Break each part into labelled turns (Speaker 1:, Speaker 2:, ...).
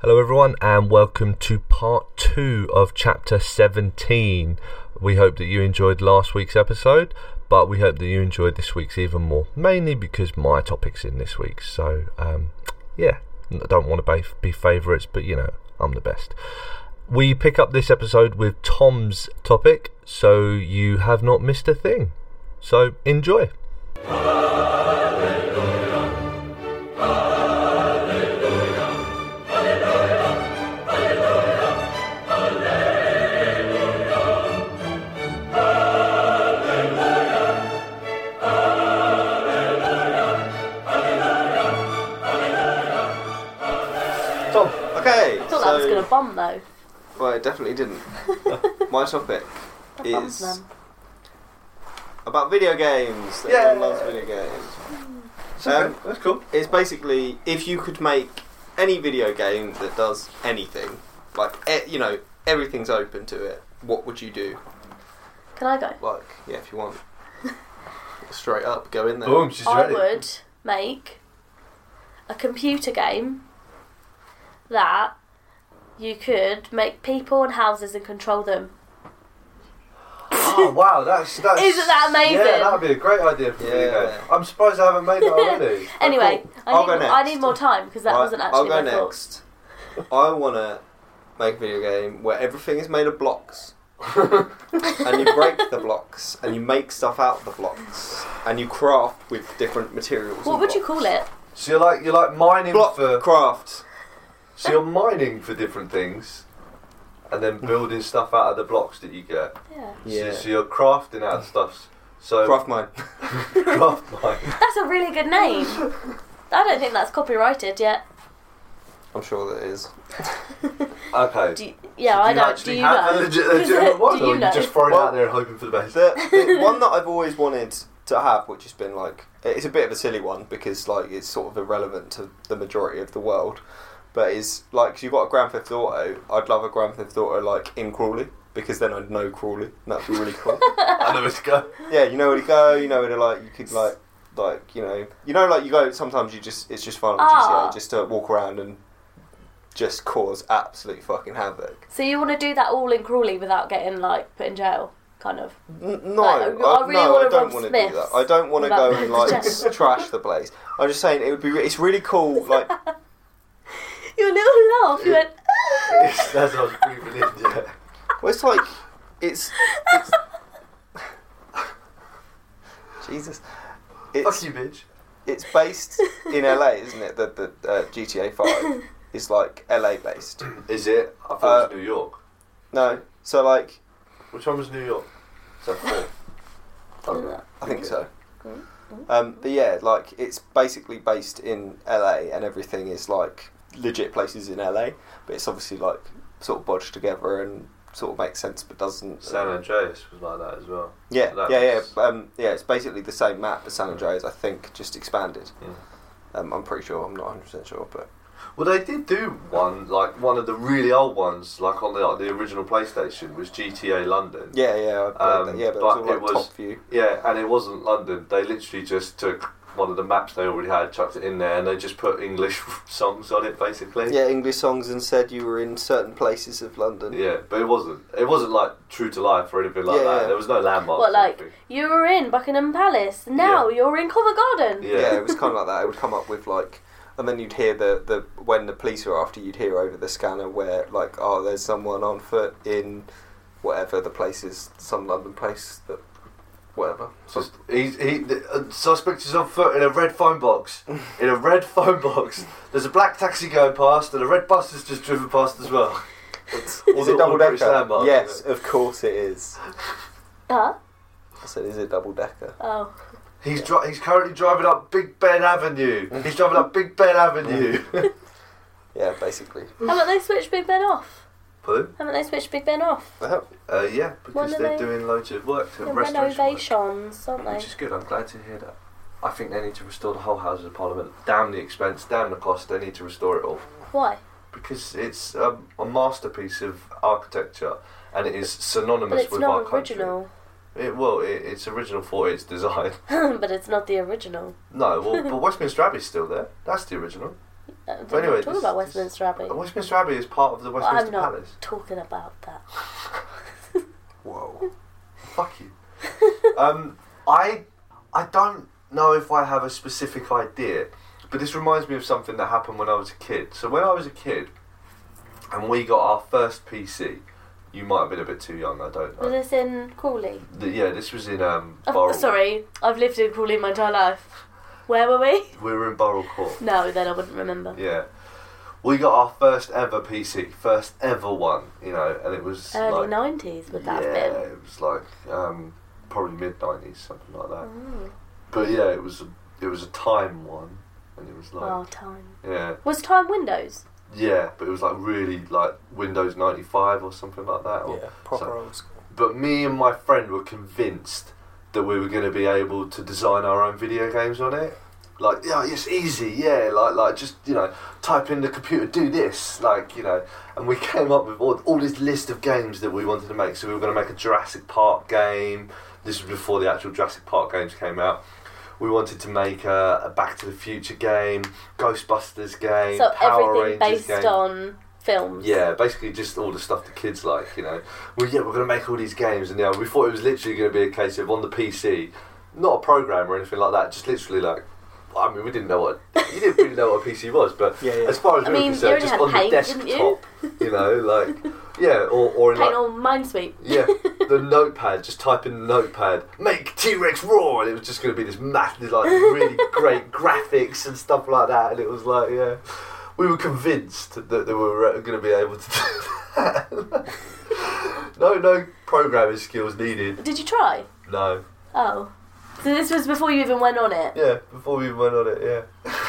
Speaker 1: Hello, everyone, and welcome to part two of chapter 17. We hope that you enjoyed last week's episode, but we hope that you enjoyed this week's even more, mainly because my topic's in this week. So, um, yeah, I don't want to be, be favourites, but you know, I'm the best. We pick up this episode with Tom's topic, so you have not missed a thing. So, enjoy.
Speaker 2: Tom.
Speaker 3: Okay.
Speaker 2: I thought that was going to bomb though.
Speaker 3: Well, it definitely didn't. My topic
Speaker 2: That bombs
Speaker 3: is
Speaker 2: them.
Speaker 3: about video games.
Speaker 1: Yeah.
Speaker 3: Everyone loves video games.
Speaker 2: Hmm.
Speaker 3: Um,
Speaker 1: that's cool.
Speaker 3: it's basically if you could make any video game that does anything, like e- you know everything's open to it. What would you do?
Speaker 2: Can I go?
Speaker 3: Like, yeah, if you want, straight up, go in there.
Speaker 1: Boom, she's
Speaker 2: I
Speaker 1: ready.
Speaker 2: would make a computer game that you could make people and houses and control them.
Speaker 4: Oh wow, that's that's
Speaker 2: Isn't that amazing?
Speaker 4: Yeah, that would be a great idea for a video
Speaker 3: Yeah.
Speaker 4: game. I'm surprised I haven't made that already.
Speaker 2: Anyway, I
Speaker 3: I'll
Speaker 2: need,
Speaker 3: go
Speaker 2: I need
Speaker 3: next.
Speaker 2: more time because that
Speaker 3: Right,
Speaker 2: wasn't actually
Speaker 3: I'll
Speaker 2: my
Speaker 3: go
Speaker 2: thought.
Speaker 3: next. I want to make a video game where everything is made of blocks. and you break the blocks and you make stuff out of the blocks and you craft with different materials.
Speaker 2: What
Speaker 3: and
Speaker 2: would you
Speaker 3: blocks.
Speaker 2: call it?
Speaker 4: So you're like you're like mining
Speaker 3: Block
Speaker 4: for
Speaker 3: craft.
Speaker 4: so you're mining for different things, and then building stuff out of the blocks that you get.
Speaker 2: Yeah.
Speaker 4: So-
Speaker 3: Yeah.
Speaker 4: So, you're crafting out of stuff. So
Speaker 3: Craft mine.
Speaker 4: craft mine.
Speaker 2: That's a really good name. I don't think that's copyrighted yet.
Speaker 3: I'm sure that is.
Speaker 4: Okay.
Speaker 2: Do you, yeah,
Speaker 4: So do
Speaker 2: I know.
Speaker 4: you
Speaker 2: Do
Speaker 4: actually
Speaker 2: you
Speaker 4: have
Speaker 2: know?
Speaker 4: a legit- legitimate one,
Speaker 2: Do you
Speaker 4: or
Speaker 2: know?
Speaker 4: you just throw it
Speaker 3: Well-
Speaker 4: out there and hoping for the best?
Speaker 3: The, the one that I've always wanted to have, which has been like, it's a bit of a silly one because like it's sort of irrelevant to the majority of the world, but is like you you've got a Grand Theft Auto. I'd love a Grand Theft Auto like in Crawley because then I'd know Crawley. And that'd be really cool.
Speaker 4: I know it's go.
Speaker 3: yeah, you know where to go. You know where to like. You could like like you know you know like you go. Sometimes you just it's just fun on
Speaker 2: Ah.
Speaker 3: GTA just to walk around and just cause absolute fucking havoc.
Speaker 2: So you want to do that all in Crawley without getting like put in jail, kind of.
Speaker 3: N- No,
Speaker 2: Like, I
Speaker 3: I,
Speaker 2: really
Speaker 3: no,
Speaker 2: wanna
Speaker 3: I don't
Speaker 2: rob
Speaker 3: want to do
Speaker 2: Smith's
Speaker 3: that. I don't want to
Speaker 2: without
Speaker 3: go and
Speaker 2: going to
Speaker 3: like
Speaker 2: jail.
Speaker 3: trash the place. I'm just saying it would be. re- It's really cool. Like
Speaker 2: Your little laugh, you went.
Speaker 4: That's what I was breathing in. Yeah.
Speaker 3: well, it's like it's, it's Jesus.
Speaker 4: Fuck
Speaker 3: It's
Speaker 4: you, bitch.
Speaker 3: it's based in LA, isn't it? The the uh, GTA Five is like LA based.
Speaker 4: Is it? I thought
Speaker 3: Uh,
Speaker 4: it was New York.
Speaker 3: No, so like
Speaker 4: Which one was New York? So four. Okay.
Speaker 3: I think so. Um, but yeah, like it's basically based in LA, and everything is like legit places in LA, but it's obviously like sort of bodged together and sort of makes sense, but doesn't. um,
Speaker 4: San Andreas was like that as well.
Speaker 3: yeah,
Speaker 4: that
Speaker 3: yeah,
Speaker 4: was-
Speaker 3: yeah, um, yeah. It's basically the same map as San Andreas, I think, just expanded.
Speaker 4: Yeah.
Speaker 3: Um, I'm pretty sure. I'm not 100 percent sure, but
Speaker 4: Well, they did do one, like one of the really old ones, like on the, like, the original PlayStation, was GTA London.
Speaker 3: yeah, yeah, I
Speaker 4: Um,
Speaker 3: played that. yeah. But,
Speaker 4: but
Speaker 3: it was all, like,
Speaker 4: it was-
Speaker 3: top view.
Speaker 4: Yeah, and it wasn't London. They literally just took one of the maps they already had, chucked it in there, and they just put English songs on it, basically.
Speaker 3: Yeah, English songs and said you were in certain places of London.
Speaker 4: Yeah, but it wasn't. It wasn't like true to life or anything like
Speaker 3: Yeah,
Speaker 4: that.
Speaker 3: yeah.
Speaker 4: There was no landmarks.
Speaker 2: What
Speaker 4: or
Speaker 2: like
Speaker 4: anything.
Speaker 2: you were in Buckingham Palace? Now you're in Covent Garden.
Speaker 4: Yeah.
Speaker 3: yeah, it was kind of like that. It would come up with like, and then you'd hear the, the when the police were after, you'd hear over the scanner where like, oh, there's someone on foot in whatever the place is, some London place that, whatever.
Speaker 4: Sus- He's, he, the uh, suspect is on foot in a red phone box. In a red phone box. There's a black taxi going past, and a red bus has just driven past as well.
Speaker 3: It's,
Speaker 4: All
Speaker 3: is
Speaker 4: the-
Speaker 3: it
Speaker 4: all
Speaker 3: double
Speaker 4: the British
Speaker 3: decker?
Speaker 4: landmarks,
Speaker 3: Yes,
Speaker 4: isn't
Speaker 3: of course it is.
Speaker 2: Huh?
Speaker 3: I said, is it double decker?
Speaker 2: Oh,
Speaker 4: He's dri- he's currently driving up Big Ben Avenue. He's driving up Big Ben Avenue.
Speaker 3: Yeah, basically.
Speaker 2: haven't they switched Big Ben off?
Speaker 4: Pardon?
Speaker 2: Haven't they switched Big Ben off?
Speaker 3: Well,
Speaker 4: Uh, yeah,
Speaker 2: Well,
Speaker 4: because
Speaker 2: no,
Speaker 4: they're
Speaker 2: they-
Speaker 4: doing loads of work to
Speaker 2: The
Speaker 4: restoration work,
Speaker 2: renovations, aren't they?
Speaker 4: which is good. I'm glad to hear that. I think they need to restore the whole Houses of Parliament. Damn the expense, damn the cost. They need to restore it all
Speaker 2: Why?
Speaker 4: because it's um, a masterpiece of architecture and it is synonymous
Speaker 2: But it's
Speaker 4: with
Speaker 2: not
Speaker 4: our country.
Speaker 2: original.
Speaker 4: It, well, it, it's original for its design.
Speaker 2: but it's not the original.
Speaker 4: No, well, but Westminster Abbey's still there. That's the original.
Speaker 2: Uh, we're
Speaker 4: But anyway,
Speaker 2: not talking
Speaker 4: this-
Speaker 2: about
Speaker 4: this-
Speaker 2: Westminster Abbey.
Speaker 4: Westminster Abbey is part of the
Speaker 2: Well,
Speaker 4: Westminster
Speaker 2: I'm not
Speaker 4: Palace.
Speaker 2: talking about that.
Speaker 4: Whoa. Fuck you. Um, I I don't know if I have a specific idea, but this reminds me of something that happened when I was a kid. So when I was a kid, and we got our first PC, you might have been a bit too young. I don't
Speaker 2: Was
Speaker 4: know.
Speaker 2: this in Crawley?
Speaker 4: The- yeah, this was in um.
Speaker 2: I've-
Speaker 4: Burrell.
Speaker 2: sorry, I've lived in Crawley my entire life. Where were we?
Speaker 4: We were in Burrell Court.
Speaker 2: No, then I wouldn't remember.
Speaker 4: Yeah. We got our first ever PC, first ever one, you know, and it was
Speaker 2: Early
Speaker 4: like,
Speaker 2: 90s would that
Speaker 4: yeah,
Speaker 2: have been?
Speaker 4: it was like um, probably mid nineties, something like that.
Speaker 2: Mm.
Speaker 4: But yeah, it was a, it was a time one, and it was like
Speaker 2: Oh, time.
Speaker 4: yeah,
Speaker 2: Was time Windows?
Speaker 4: yeah, but it was like really like Windows ninety five or something like that. Or,
Speaker 2: Oh,
Speaker 3: Yeah, proper
Speaker 4: so-
Speaker 3: old school.
Speaker 4: But me and my friend were convinced that we were going to be able to design our own video games on it. Like yeah, it's easy. Yeah, like like just you know, type in the computer, do this. Like you know, and we came up with all, all this list of games that we wanted to make. So we were going to make a Jurassic Park game. This was before the actual Jurassic Park games came out. We wanted to make a, a Back to the Future game, Ghostbusters game,
Speaker 2: So
Speaker 4: Power
Speaker 2: everything
Speaker 4: Rangers
Speaker 2: based
Speaker 4: game.
Speaker 2: on films.
Speaker 4: Yeah, basically just all the stuff the kids like, you know. Well, yeah, we're going to make all these games, and you know, we thought it was literally going to be a case of on the PC, not a program or anything like that, just literally like. I mean, we didn't know what you didn't really know what a PC was, but
Speaker 3: Yeah, yeah.
Speaker 4: as far as
Speaker 2: I
Speaker 4: we
Speaker 2: mean,
Speaker 4: were
Speaker 2: you
Speaker 4: concerned,
Speaker 2: already
Speaker 4: just
Speaker 2: had
Speaker 4: on the
Speaker 2: paint, didn't you?
Speaker 4: desktop, you? know, like yeah, or, or in
Speaker 2: Paint
Speaker 4: like,
Speaker 2: on Minesweep.
Speaker 4: yeah, the notepad. Just type in notepad. Make T Rex roar, and it was just going to be this massive, like really great graphics and stuff like that. And it was like, yeah, we were convinced that, that we were going to be able to do that. no, no programming skills needed.
Speaker 2: Did you try?
Speaker 4: No,
Speaker 2: Oh. So this was before you even went on it.
Speaker 4: yeah. Before we went on it, yeah.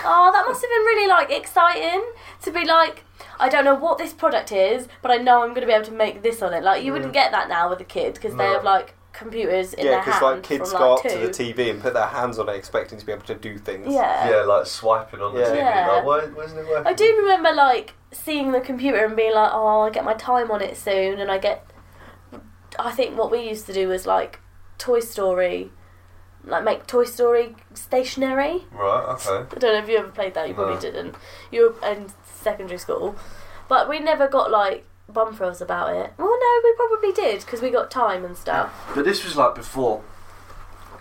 Speaker 2: Oh, that must have been really like exciting to be like, I don't know what this product is, but I know I'm going to be able to make this on it. Like you wouldn't get that now with the kids because they
Speaker 4: Mm. No.
Speaker 2: have like computers in
Speaker 3: Yeah,
Speaker 2: their
Speaker 3: because
Speaker 2: hands
Speaker 3: like kids
Speaker 2: from
Speaker 3: go
Speaker 2: like
Speaker 3: up to the
Speaker 2: two.
Speaker 3: TV and put their hands on it, expecting to be able to do things.
Speaker 2: yeah.
Speaker 4: Yeah, like swiping on the
Speaker 3: Yeah.
Speaker 4: TV.
Speaker 2: Uh, Yeah.
Speaker 4: Like, why, why isn't it working?
Speaker 2: I do remember like seeing the computer and being like, oh, I get my time on it soon, and I get. I think what we used to do was like Toy Story, like make Toy Story stationery.
Speaker 4: Right. Okay.
Speaker 2: I don't know if you ever played that. You
Speaker 4: No.
Speaker 2: probably didn't. You were in secondary school, but we never got like bum thrills about it. Well, no, we probably did because we got time and stuff.
Speaker 4: But this was like before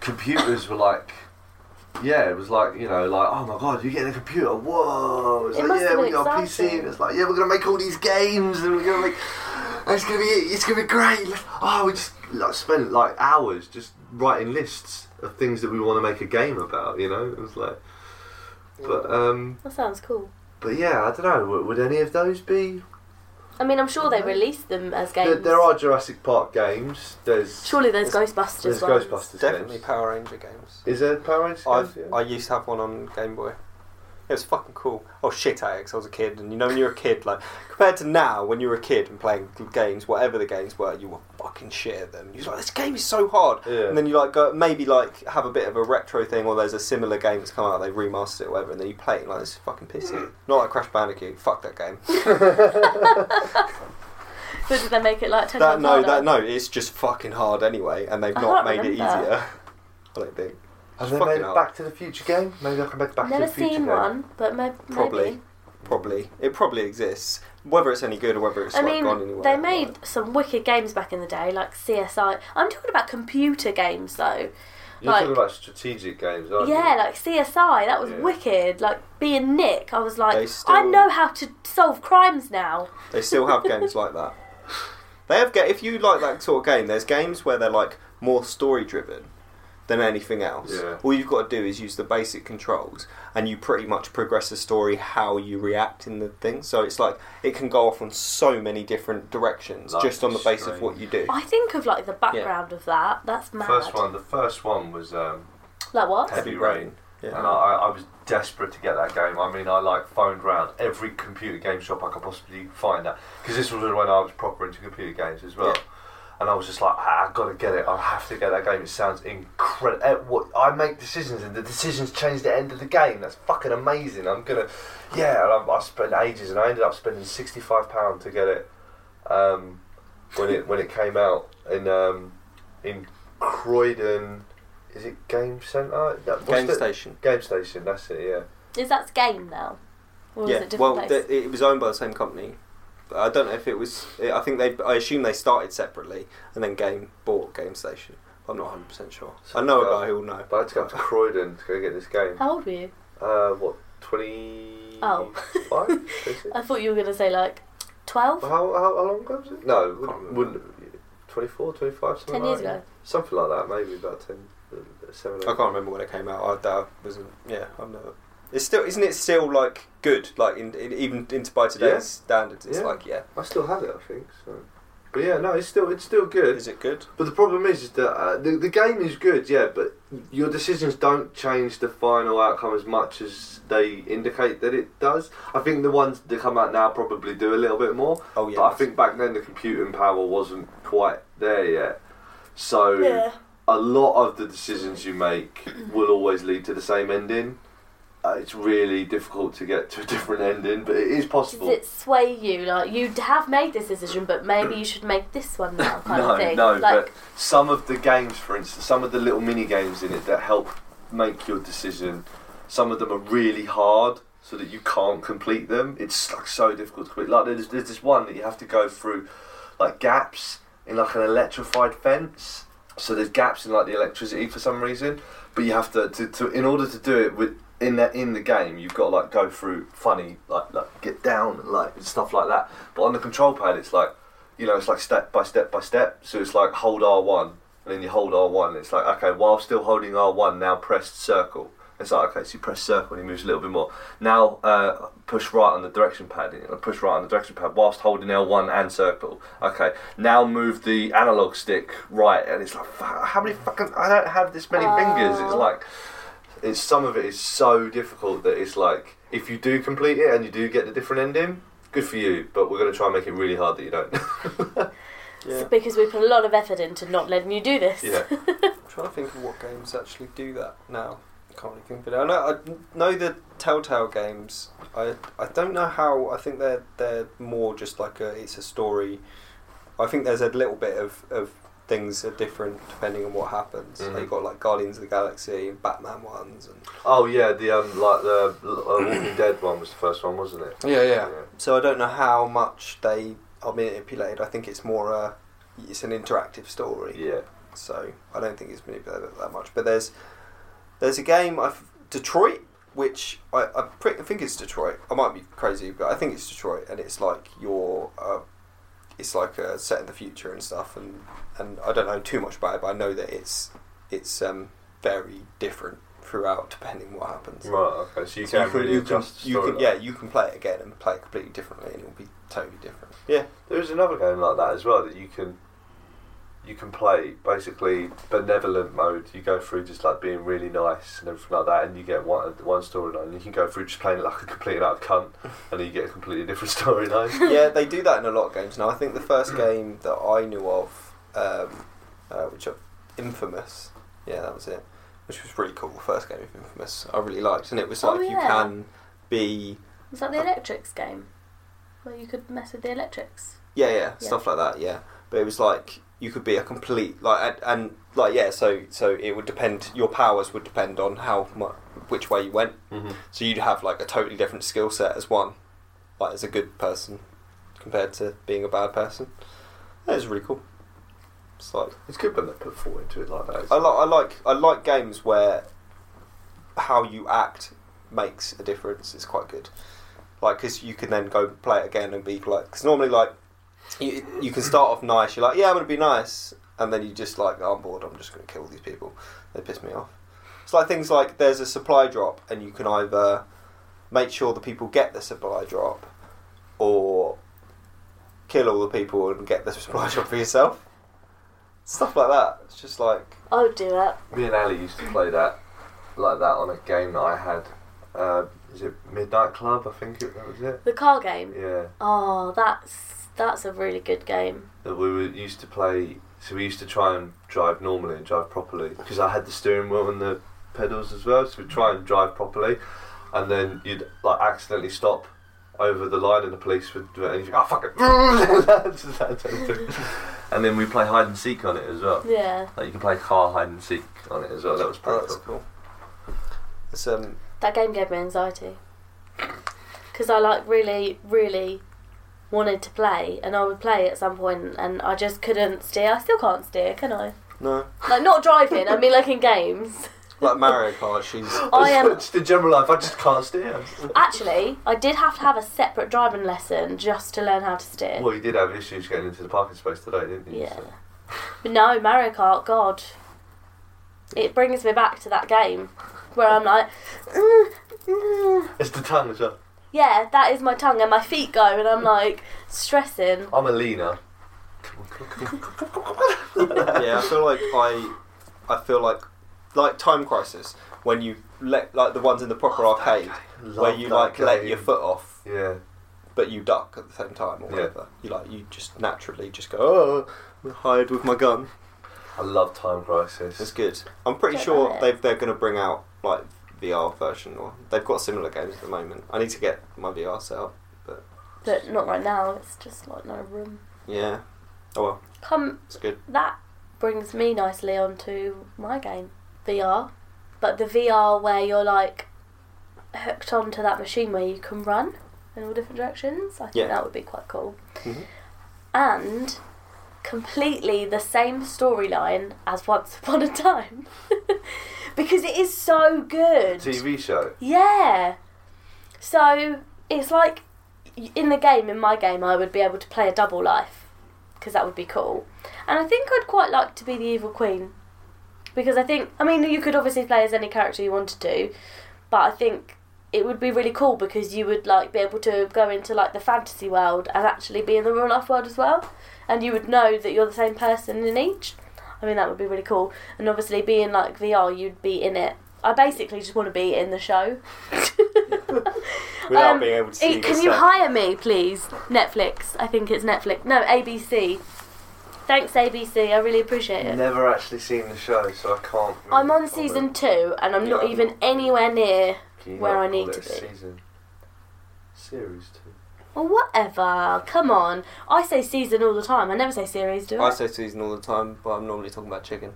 Speaker 4: computers were like, yeah, it was like you know, like oh my god, you're getting a computer, whoa! It's
Speaker 2: It
Speaker 4: like
Speaker 2: must
Speaker 4: yeah,
Speaker 2: have
Speaker 4: we
Speaker 2: been
Speaker 4: got a PC,
Speaker 2: exciting.
Speaker 4: and it's like yeah, we're gonna make all these games, and we're gonna make, and it's gonna be it's gonna be great. Like, Oh, we just like spent like hours just writing lists of things that we want to make a game about, you know? It was like, but
Speaker 3: uh,
Speaker 4: um,
Speaker 2: That sounds cool.
Speaker 4: but yeah, I don't know. Would, would any of those be?
Speaker 2: I mean, I'm sure they released them as games.
Speaker 4: There, there are Jurassic Park games. There's
Speaker 2: surely there's
Speaker 3: There's-
Speaker 2: Ghostbusters.
Speaker 4: there's
Speaker 2: ones.
Speaker 4: Ghostbusters
Speaker 3: Definitely
Speaker 4: games.
Speaker 3: Power Ranger games.
Speaker 4: Is there Power Rangers?
Speaker 3: I've,
Speaker 4: games? Yeah.
Speaker 3: I used to have one on Game Boy. It was fucking cool. Oh shit, Alex, I was a kid, and you know when you're a kid, like compared to now, when you were a kid and playing games, whatever the games were, you were fucking shit at them. You're like, this game is so hard,
Speaker 4: Yeah.
Speaker 3: and then you like go maybe like have a bit of a retro thing, or there's a similar game that's come out, they remastered it, or whatever, and then you play it, and you're like this is fucking pissy.
Speaker 4: Mm.
Speaker 3: Not like Crash Bandicoot. Fuck that game.
Speaker 2: So did they make it like ten
Speaker 3: that
Speaker 2: times
Speaker 3: no,
Speaker 2: harder?
Speaker 3: that no, it's just fucking hard anyway, and they've
Speaker 2: I
Speaker 3: not made
Speaker 2: can't
Speaker 3: it
Speaker 2: remember.
Speaker 3: easier. I don't think.
Speaker 4: Have
Speaker 3: It's
Speaker 4: they
Speaker 3: fucking
Speaker 4: made a
Speaker 3: hard.
Speaker 4: Back to the Future game? Maybe I can make a Back
Speaker 2: Never
Speaker 4: to the Future
Speaker 2: seen
Speaker 4: game.
Speaker 2: one, but may- maybe.
Speaker 3: Probably. Probably. It probably exists. Whether it's any good or whether it's
Speaker 2: I
Speaker 3: like
Speaker 2: mean,
Speaker 3: gone anywhere.
Speaker 2: they made some wicked games back in the day, like CSI. I'm talking about computer games though.
Speaker 4: You're
Speaker 2: Like-
Speaker 4: talking about strategic games, aren't you?
Speaker 2: Yeah, like CSI, that was
Speaker 4: Yeah.
Speaker 2: wicked. Like being Nick, I was
Speaker 3: They
Speaker 2: like,
Speaker 3: still-
Speaker 2: I know how to solve crimes now.
Speaker 3: They still have games like that. They have ga- if you like that sort of game, there's games where they're like more story driven than anything else.
Speaker 4: Yeah.
Speaker 3: All you've got to do is use the basic controls and you pretty much progress the story how you react in the thing. So it's like it can go off on so many different directions
Speaker 4: Life
Speaker 3: just on the
Speaker 4: is
Speaker 3: base of
Speaker 4: Strange.
Speaker 3: what you do.
Speaker 2: I think of like the background of that. That's mad.
Speaker 4: First one, the first one was, um,
Speaker 2: Like what?
Speaker 4: Heavy Rain.
Speaker 3: Yeah.
Speaker 4: and I, I was desperate to get that game. I mean, I like phoned round every computer game shop I could possibly find that because this was when I was proper into computer games as well.
Speaker 3: Yeah.
Speaker 4: And I was just like, ah, I've got to get it. I have to get that game. It sounds incredible. I make decisions, and the decisions change the end of the game. That's fucking amazing. I'm gonna, yeah. And I, I spent ages, and I ended up spending sixty five pound to get it um, when it when it came out in um, in Croydon. Is it Game Centre? No, what's
Speaker 3: Game
Speaker 4: the-
Speaker 3: Station.
Speaker 4: Game Station, that's it, yeah.
Speaker 2: Is that game now? Or was
Speaker 3: yeah,
Speaker 2: it a different
Speaker 3: well,
Speaker 2: place?
Speaker 3: th- it was owned by the same company. But I don't know if it was. I think they. I assume they started separately, and then Game bought Game Station. I'm not 100 percent sure.
Speaker 4: So,
Speaker 3: I know a
Speaker 4: uh,
Speaker 3: guy who will know.
Speaker 4: But I had to go up to Croydon to go get this game.
Speaker 2: How old were you?
Speaker 4: Uh, what, 25?
Speaker 2: Oh. Uh, I thought you were going to say like 12?
Speaker 4: how, how, how long ago was it? No,
Speaker 3: remember.
Speaker 4: wouldn't, wouldn't 24, 25, something
Speaker 2: 10
Speaker 4: like
Speaker 2: years
Speaker 4: that.
Speaker 2: ago.
Speaker 4: Something like that, maybe about 10, uh, 7
Speaker 3: I can't remember when it came out. I that wasn't. Yeah, I've never. It's still isn't it still like good like in, in, even into by today's
Speaker 4: Yeah.
Speaker 3: standards it's
Speaker 4: Yeah.
Speaker 3: like yeah
Speaker 4: I still have it, I think. So. But yeah, no, it's still it's still good.
Speaker 3: is it good
Speaker 4: But the problem is, is that uh, the, the game is good, yeah, but your decisions don't change the final outcome as much as they indicate that it does. I think the ones that come out now probably do a little bit more,
Speaker 3: oh yeah
Speaker 4: but I think back then the computing power wasn't quite there yet. So a lot of the decisions you make will always lead to the same ending. Uh, it's really difficult to get to a different ending, but it is
Speaker 2: Does
Speaker 4: possible.
Speaker 2: it sway you? Like, you have made this decision, but maybe you should make this one now, kind
Speaker 4: no,
Speaker 2: of thing.
Speaker 4: no,
Speaker 2: like,
Speaker 4: but some of the games, for instance, some of the little mini games in it that help make your decision, some of them are really hard so that you can't complete them. It's like so difficult to complete. Like there's, there's this one that you have to go through like gaps in like an electrified fence. So there's gaps in like the electricity for some reason, but you have to, to, to in order to do it with in the in the game you've got to like go through funny like like get down and like and stuff like that. But on the control pad it's like you know, it's like step by step by step. So it's like hold R1, and then you hold R1. And it's like, okay, while still holding R1, now press circle. It's like, okay, so you press circle and he moves a little bit more. Now uh, push right on the direction pad, and push right on the direction pad whilst holding L1 and circle. Okay, now move the analog stick right. And it's like, fuck, how many fucking, I don't have this many
Speaker 2: Oh.
Speaker 4: fingers. It's like, it's some of it is so difficult that it's like, if you do complete it and you do get the different ending, good for you, but we're going to try and make it really hard that you don't.
Speaker 3: yeah
Speaker 2: because we put a lot of effort into not letting you do this.
Speaker 4: Yeah.
Speaker 3: I'm trying to think of what games actually do that now. I can't really think of it. I know, I know the Telltale games. I I don't know how. I think they're they're more just like a it's a story. I think there's a little bit of, of things are different depending on what happens.
Speaker 4: Mhm.
Speaker 3: They've got like Guardians of the Galaxy and Batman ones and
Speaker 4: Oh yeah, the um like the uh, Walking Dead one was the first one, wasn't it?
Speaker 3: yeah So I don't know how much they are manipulated. I think it's more a it's an interactive story.
Speaker 4: Yeah.
Speaker 3: so I don't think it's manipulated that much. But there's there's a game I've, Detroit, which I, I, pre- I think it's Detroit. I might be crazy, but I think it's Detroit, and it's like your uh, it's like uh, set in the future and stuff, and and I don't know too much about it, but I know that it's it's um, very different throughout depending what happens.
Speaker 4: Right. Okay. So you
Speaker 3: So
Speaker 4: can really adjust.
Speaker 3: you can,
Speaker 4: storyline.
Speaker 3: yeah, you can play it again and play it completely differently, and it will be totally different. Yeah,
Speaker 4: There is another game like that as well that you can you can play basically benevolent mode. You go through just like being really nice and everything like that, and you get one one storyline. You can go through just playing it like a complete out cunt, and then you get a completely different storyline.
Speaker 3: yeah, they do that in a lot of games now. I think the first game that I knew of, um, uh, which are Infamous, yeah, that was it, which was really cool. The first game of Infamous, I really liked, and it was
Speaker 2: Oh,
Speaker 3: like you
Speaker 2: yeah.
Speaker 3: can be,
Speaker 2: Was that the electrics game? Where you could mess with the electrics?
Speaker 3: yeah, yeah, stuff like that, yeah. But it was like you could be a complete like and, and like yeah, so so it would depend. Your powers would depend on how much, which way you went.
Speaker 4: Mhm.
Speaker 3: So you'd have like a totally different skill set as one, like as a good person compared to being a bad person. That was really cool. It's like
Speaker 4: It's good when they put thought into it like that.
Speaker 3: I like I like I like games where how you act makes a difference. It's quite good, like because you can then go play it again and be like. Because normally, like you you can start off nice. You're like, yeah, I'm gonna be nice, and then you just like, "Oh, I'm bored. I'm just gonna kill these people. They piss me off. It's like things like there's a supply drop, and you can either make sure the people get the supply drop, or kill all the people and get the supply drop for yourself. Stuff like that. It's just like
Speaker 2: I would do that.
Speaker 4: Me and Ali used to play that like that on a game that I had. Uh, is it Midnight Club? I think it, that was it.
Speaker 2: The car game.
Speaker 4: Yeah,
Speaker 2: Oh, that's that's a really good game.
Speaker 4: that we were, used to play. So we used to try and drive normally and drive properly because I had the steering wheel and the pedals as well. So we would try and drive properly, and then you'd like accidentally stop over the line, and the police would do it, and you oh fuck it, and then we play hide and seek on it as well.
Speaker 2: Yeah,
Speaker 4: Like you can play car hide and seek on it as well. That was
Speaker 3: Oh,
Speaker 4: pretty
Speaker 3: that's
Speaker 4: cool.
Speaker 3: cool. It's um,
Speaker 2: that game gave me anxiety. because I like really, really wanted to play, and I would play at some point, and I just couldn't steer. I still can't steer, can I?
Speaker 3: No,
Speaker 2: Like not driving. I mean, like in games.
Speaker 3: like Mario Kart. She's
Speaker 2: I am
Speaker 4: Just in general life, I just can't steer.
Speaker 2: actually. I did have to have a separate driving lesson just to learn how to steer.
Speaker 4: Well, you did have issues getting into the parking space today, didn't you?
Speaker 2: Yeah. But no, Mario Kart, God. It brings me back to that game where I'm like, "Mm, mm."
Speaker 4: It's the tongue as well.
Speaker 2: yeah, that is my tongue, and my feet go, and I'm like stressing.
Speaker 4: I'm a leaner.
Speaker 3: yeah, I feel like I, I feel like, like Time Crisis when you let like the ones in the proper arcade where you like let your foot off,
Speaker 4: Yeah.
Speaker 3: but you duck at the same time or
Speaker 4: Yeah.
Speaker 3: whatever. You like you just naturally just go oh, I'm gonna hide with my gun.
Speaker 4: I love Time
Speaker 3: It's
Speaker 4: Crisis.
Speaker 3: good. I'm pretty
Speaker 2: Don't
Speaker 3: sure
Speaker 2: know.
Speaker 3: they've they're gonna bring out like VR version or they've got similar games at the moment. I need to get my VR set up.
Speaker 2: But not right now, it's just like no room.
Speaker 3: Yeah. Oh well,
Speaker 2: Come,
Speaker 3: it's good.
Speaker 2: that brings me nicely onto my game, VR. But the VR where you're like hooked onto that machine where you can run in all different directions. I think
Speaker 3: Yeah.
Speaker 2: that would be quite cool.
Speaker 3: Mhm.
Speaker 2: And completely the same storyline as Once Upon a Time. because it is so good.
Speaker 4: TV show.
Speaker 2: Yeah. So it's like in the game, in my game, I would be able to play a double life because that would be cool. And I think I'd quite like to be the evil queen because I think I mean you could obviously play as any character you wanted to, but I think it would be really cool because you would like be able to go into like the fantasy world and actually be in the real life world as well, and you would know that you're the same person in each. I mean that would be really cool. And obviously being like VR, you'd be in it. I basically just want to be in the show.
Speaker 3: Without
Speaker 2: Um,
Speaker 3: being able to see
Speaker 2: Hey, can you
Speaker 3: yourself.
Speaker 2: hire me, please? Netflix. I think it's Netflix. No, ABC. Thanks, ABC. I really appreciate it.
Speaker 4: Never actually seen the show, so I can't. really
Speaker 2: I'm on
Speaker 4: comment.
Speaker 2: season two, and I'm not
Speaker 3: Yeah.
Speaker 2: even anywhere near.
Speaker 4: Can you
Speaker 2: where
Speaker 4: not
Speaker 2: I need
Speaker 4: call
Speaker 2: to
Speaker 4: it a
Speaker 2: be.
Speaker 4: Season. Series two.
Speaker 2: Well, whatever. Come on. I say season all the time. I never say series, do I?
Speaker 3: I say season all the time, but I'm normally talking about chicken.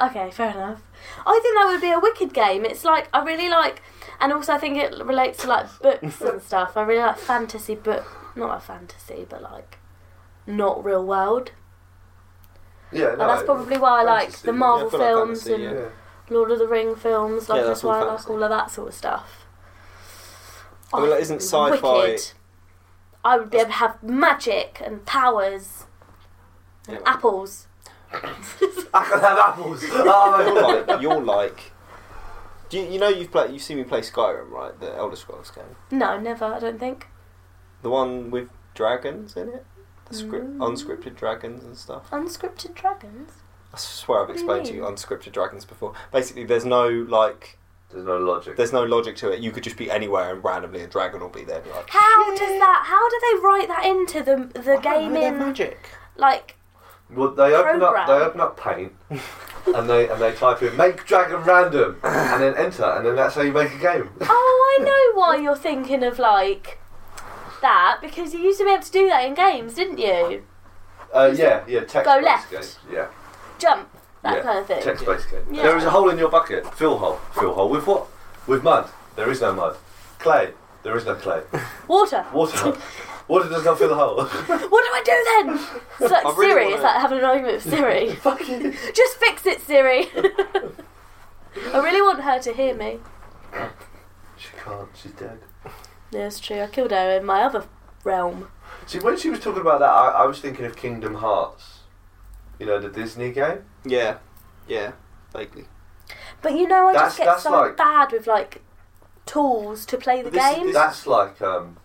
Speaker 2: Okay, fair enough. I think that would be a wicked game. It's like I really like, and also I think it relates to like books and stuff. I really like fantasy book, not like fantasy, but like not real world.
Speaker 4: Yeah,
Speaker 2: And Oh, that's probably why I like
Speaker 4: fantasy,
Speaker 2: the
Speaker 4: yeah,
Speaker 2: Marvel
Speaker 3: I feel like
Speaker 2: films
Speaker 3: fantasy,
Speaker 2: and
Speaker 3: yeah.
Speaker 2: Lord of the Ring films. Like
Speaker 3: Yeah,
Speaker 2: that's
Speaker 3: that's all
Speaker 2: why I like
Speaker 3: fantasy.
Speaker 2: all of that sort of stuff.
Speaker 3: I mean, like,
Speaker 2: Oh,
Speaker 3: isn't sci-fi-
Speaker 2: wicked. I would be able to have magic and powers and
Speaker 3: Yeah.
Speaker 2: apples.
Speaker 4: I can have apples. Oh, my God.
Speaker 3: you're like, you're like, do you, you know you've played, you've seen me play Skyrim, right? The Elder Scrolls game,
Speaker 2: No, never. I don't think.
Speaker 3: the one with dragons in it, the script,
Speaker 2: Mm.
Speaker 3: unscripted dragons and stuff.
Speaker 2: Unscripted dragons.
Speaker 3: I swear I've
Speaker 2: do you
Speaker 3: explained to you
Speaker 2: mean?
Speaker 3: unscripted dragons before. Basically, there's no like,
Speaker 4: There's no logic.
Speaker 3: there's no logic to it. You could just be anywhere and randomly a dragon will be there. And you're like,
Speaker 2: How does that? How do they write that into the the
Speaker 3: "I don't
Speaker 2: game
Speaker 3: know, they're
Speaker 2: in
Speaker 3: magic.
Speaker 2: like?
Speaker 4: Well, they open
Speaker 2: Program.
Speaker 4: up. They open up Paint, and they and they type in "make dragon random" and then enter, and then that's how you make a game.
Speaker 2: Oh, I know why you're thinking of like that because you used to be able to do that in games, didn't you?
Speaker 4: Uh, yeah, yeah. Text
Speaker 2: Go left.
Speaker 4: Yeah,
Speaker 2: Jump that
Speaker 4: Yeah.
Speaker 2: kind of thing.
Speaker 4: text based game.
Speaker 2: Yeah.
Speaker 4: There is a hole in your bucket. Fill hole. Fill hole with what? With mud. There is no mud. Clay. There is no clay.
Speaker 2: Water.
Speaker 4: Water. Water does not fill the hole.
Speaker 2: What do I do then? It's like
Speaker 3: I really
Speaker 2: Siri.
Speaker 3: wanna-
Speaker 2: It's like having an argument with Siri.
Speaker 4: Fuck you.
Speaker 2: Just fix it, Siri. I really want her to hear me.
Speaker 4: She can't. She's dead.
Speaker 2: Yeah, it's true. I killed her in my other realm.
Speaker 4: See, when she was talking about that, I, I was thinking of Kingdom Hearts. You know, the Disney game.
Speaker 3: Yeah, yeah, vaguely.
Speaker 2: But you know, I
Speaker 4: That's-
Speaker 2: just get
Speaker 4: that's
Speaker 2: so
Speaker 4: like-
Speaker 2: bad with like tools to play the
Speaker 3: This is-
Speaker 2: game.
Speaker 3: this-
Speaker 4: That's like um,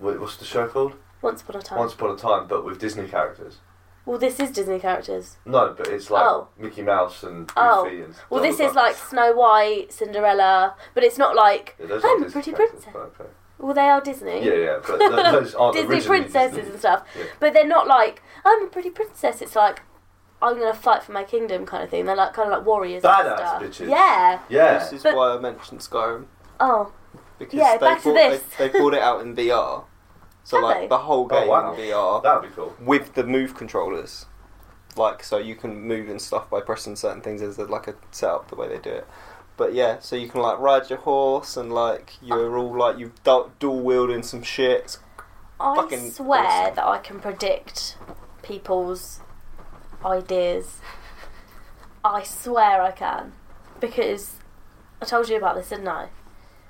Speaker 4: wha- what's the show called?
Speaker 2: Once upon a time.
Speaker 4: Once Upon a Time, but with Disney characters.
Speaker 2: Well, this is Disney characters.
Speaker 4: No, but it's like
Speaker 2: Oh.
Speaker 4: Mickey Mouse and Goofy
Speaker 2: Oh.
Speaker 4: and. blah,
Speaker 2: Well, this
Speaker 4: blah,
Speaker 2: is
Speaker 4: blah.
Speaker 2: like Snow White, Cinderella, but it's not like
Speaker 4: Yeah, those
Speaker 2: I'm
Speaker 4: aren't
Speaker 2: a
Speaker 4: Disney
Speaker 2: pretty
Speaker 4: characters,
Speaker 2: princess.
Speaker 4: but okay.
Speaker 2: well they are Disney.
Speaker 4: Yeah, yeah, but th- those aren't
Speaker 2: Disney
Speaker 4: originally
Speaker 2: princesses
Speaker 4: Disney.
Speaker 2: and stuff,
Speaker 4: Yeah.
Speaker 2: but they're not like I'm a pretty princess. It's like I'm gonna fight for my kingdom kind of thing. They're like kind of like warriors
Speaker 4: Badass
Speaker 2: and stuff.
Speaker 4: bitches.
Speaker 2: Yeah.
Speaker 4: Yeah,
Speaker 3: This is
Speaker 2: But-
Speaker 3: why I mentioned Skyrim
Speaker 2: Oh,
Speaker 3: because
Speaker 2: Yeah,
Speaker 3: they,
Speaker 2: back to
Speaker 3: brought,
Speaker 2: this.
Speaker 3: they they brought it out in VR, so
Speaker 2: Have
Speaker 3: like
Speaker 2: they?
Speaker 3: the whole
Speaker 4: Oh,
Speaker 3: game
Speaker 4: wow.
Speaker 3: in VR.
Speaker 4: that'd be cool.
Speaker 3: with the move controllers. Like, so you can move and stuff by pressing certain things as they're like a set up the way they do it. But yeah, so you can like ride your horse and like you're all like you du- dual wielding some shit. It's
Speaker 2: I
Speaker 3: Fucking
Speaker 2: swear
Speaker 3: awesome.
Speaker 2: that I can predict people's ideas. I swear I can. Because I told you about this, didn't I?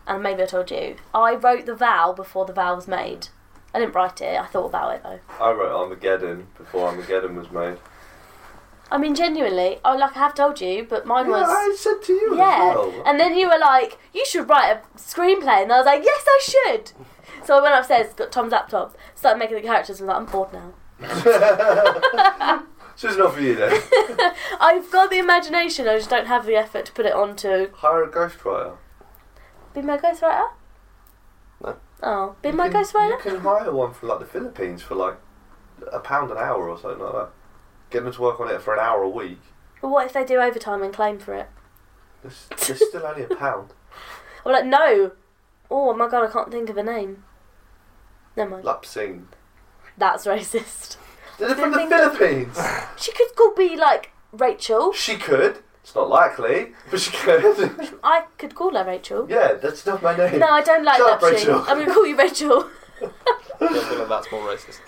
Speaker 2: And maybe I told you. I wrote the vow before the vow was made. I didn't write it, I thought about it though.
Speaker 4: I wrote Armageddon before Armageddon was made.
Speaker 2: I mean, genuinely, oh, like I have told you, but mine
Speaker 4: Yeah,
Speaker 2: was.
Speaker 4: I said to you
Speaker 2: Yeah.
Speaker 4: as well.
Speaker 2: And then you were like, you should write a screenplay. And I was like, yes, I should. So I went upstairs, got Tom's laptop, started making the characters, and I'm like, I'm bored now.
Speaker 4: so it's not for you then.
Speaker 2: I've got the imagination, I just don't have the effort to put it on to
Speaker 4: Hire a ghostwriter.
Speaker 2: be my ghostwriter.
Speaker 3: No.
Speaker 2: Oh, be
Speaker 4: You
Speaker 2: my
Speaker 4: can- You
Speaker 2: ghostwriter?
Speaker 4: can hire one from like the Philippines for like a pound an hour or something like that. Get them to work on it for an hour a week.
Speaker 2: But what if they do overtime and claim for it?
Speaker 4: It's, it's still only a pound.
Speaker 2: I'm like, no. Oh my god, I can't think of a name. Never mind.
Speaker 4: Lapsing.
Speaker 2: That's racist.
Speaker 4: They're from the
Speaker 2: Didn't think-
Speaker 4: Philippines.
Speaker 2: She could call be like Rachel.
Speaker 4: She could. It's not likely, but she could.
Speaker 2: I could call her Rachel.
Speaker 4: yeah, that's not my name.
Speaker 2: No, I don't like
Speaker 4: Shut
Speaker 2: that
Speaker 4: up,
Speaker 2: she.
Speaker 4: Rachel.
Speaker 2: I'm gonna call you Rachel.
Speaker 3: I feel like that's more racist.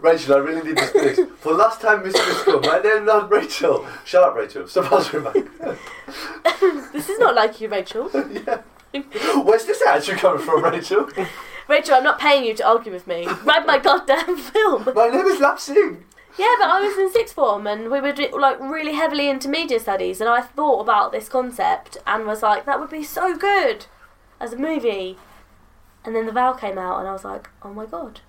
Speaker 4: Rachel, I really need this fix. For last time, Miss Fiscal, my name not Rachel. Shut up, Rachel. Stop answering my.
Speaker 2: this is not like you, Rachel.
Speaker 4: yeah. Where's this attitude coming from, Rachel?
Speaker 2: Rachel, I'm not paying you to argue with me. Write my goddamn film.
Speaker 4: My name is Lapsing.
Speaker 2: Yeah, but I was in sixth form and we were do- like really heavily into media studies, and I thought about this concept and was like, that would be so good as a movie. And then the vow came out, and I was like, oh my god,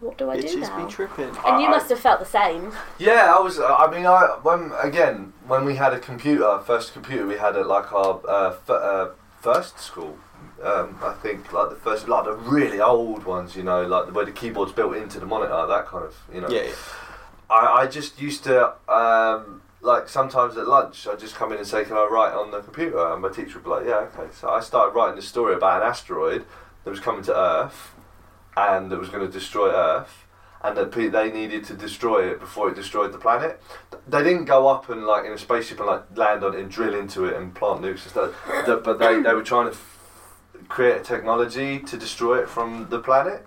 Speaker 2: what do I do
Speaker 3: Bitches
Speaker 2: now?
Speaker 3: be tripping.
Speaker 2: and you
Speaker 4: I-
Speaker 2: must have felt the same.
Speaker 4: Yeah, I was. uh, I mean, I when again when we had a computer, first computer we had at like our uh, f- uh, first school. Um, I think like the first, like the really old ones, you know, like the way the keyboard's built into the monitor, that kind of, you know.
Speaker 3: Yeah, yeah.
Speaker 4: I, I just used to um, like sometimes at lunch I'd just come in and say, Can I write on the computer? And my teacher would be like, Yeah, okay. So I started writing this story about an asteroid that was coming to Earth and that was gonna destroy Earth and that pe- they needed to destroy it before it destroyed the planet. Th- They didn't go up and like in a spaceship and like land on it and drill into it and plant nukes and stuff. Th- but they, they were trying to f- create a technology to destroy it from the planet.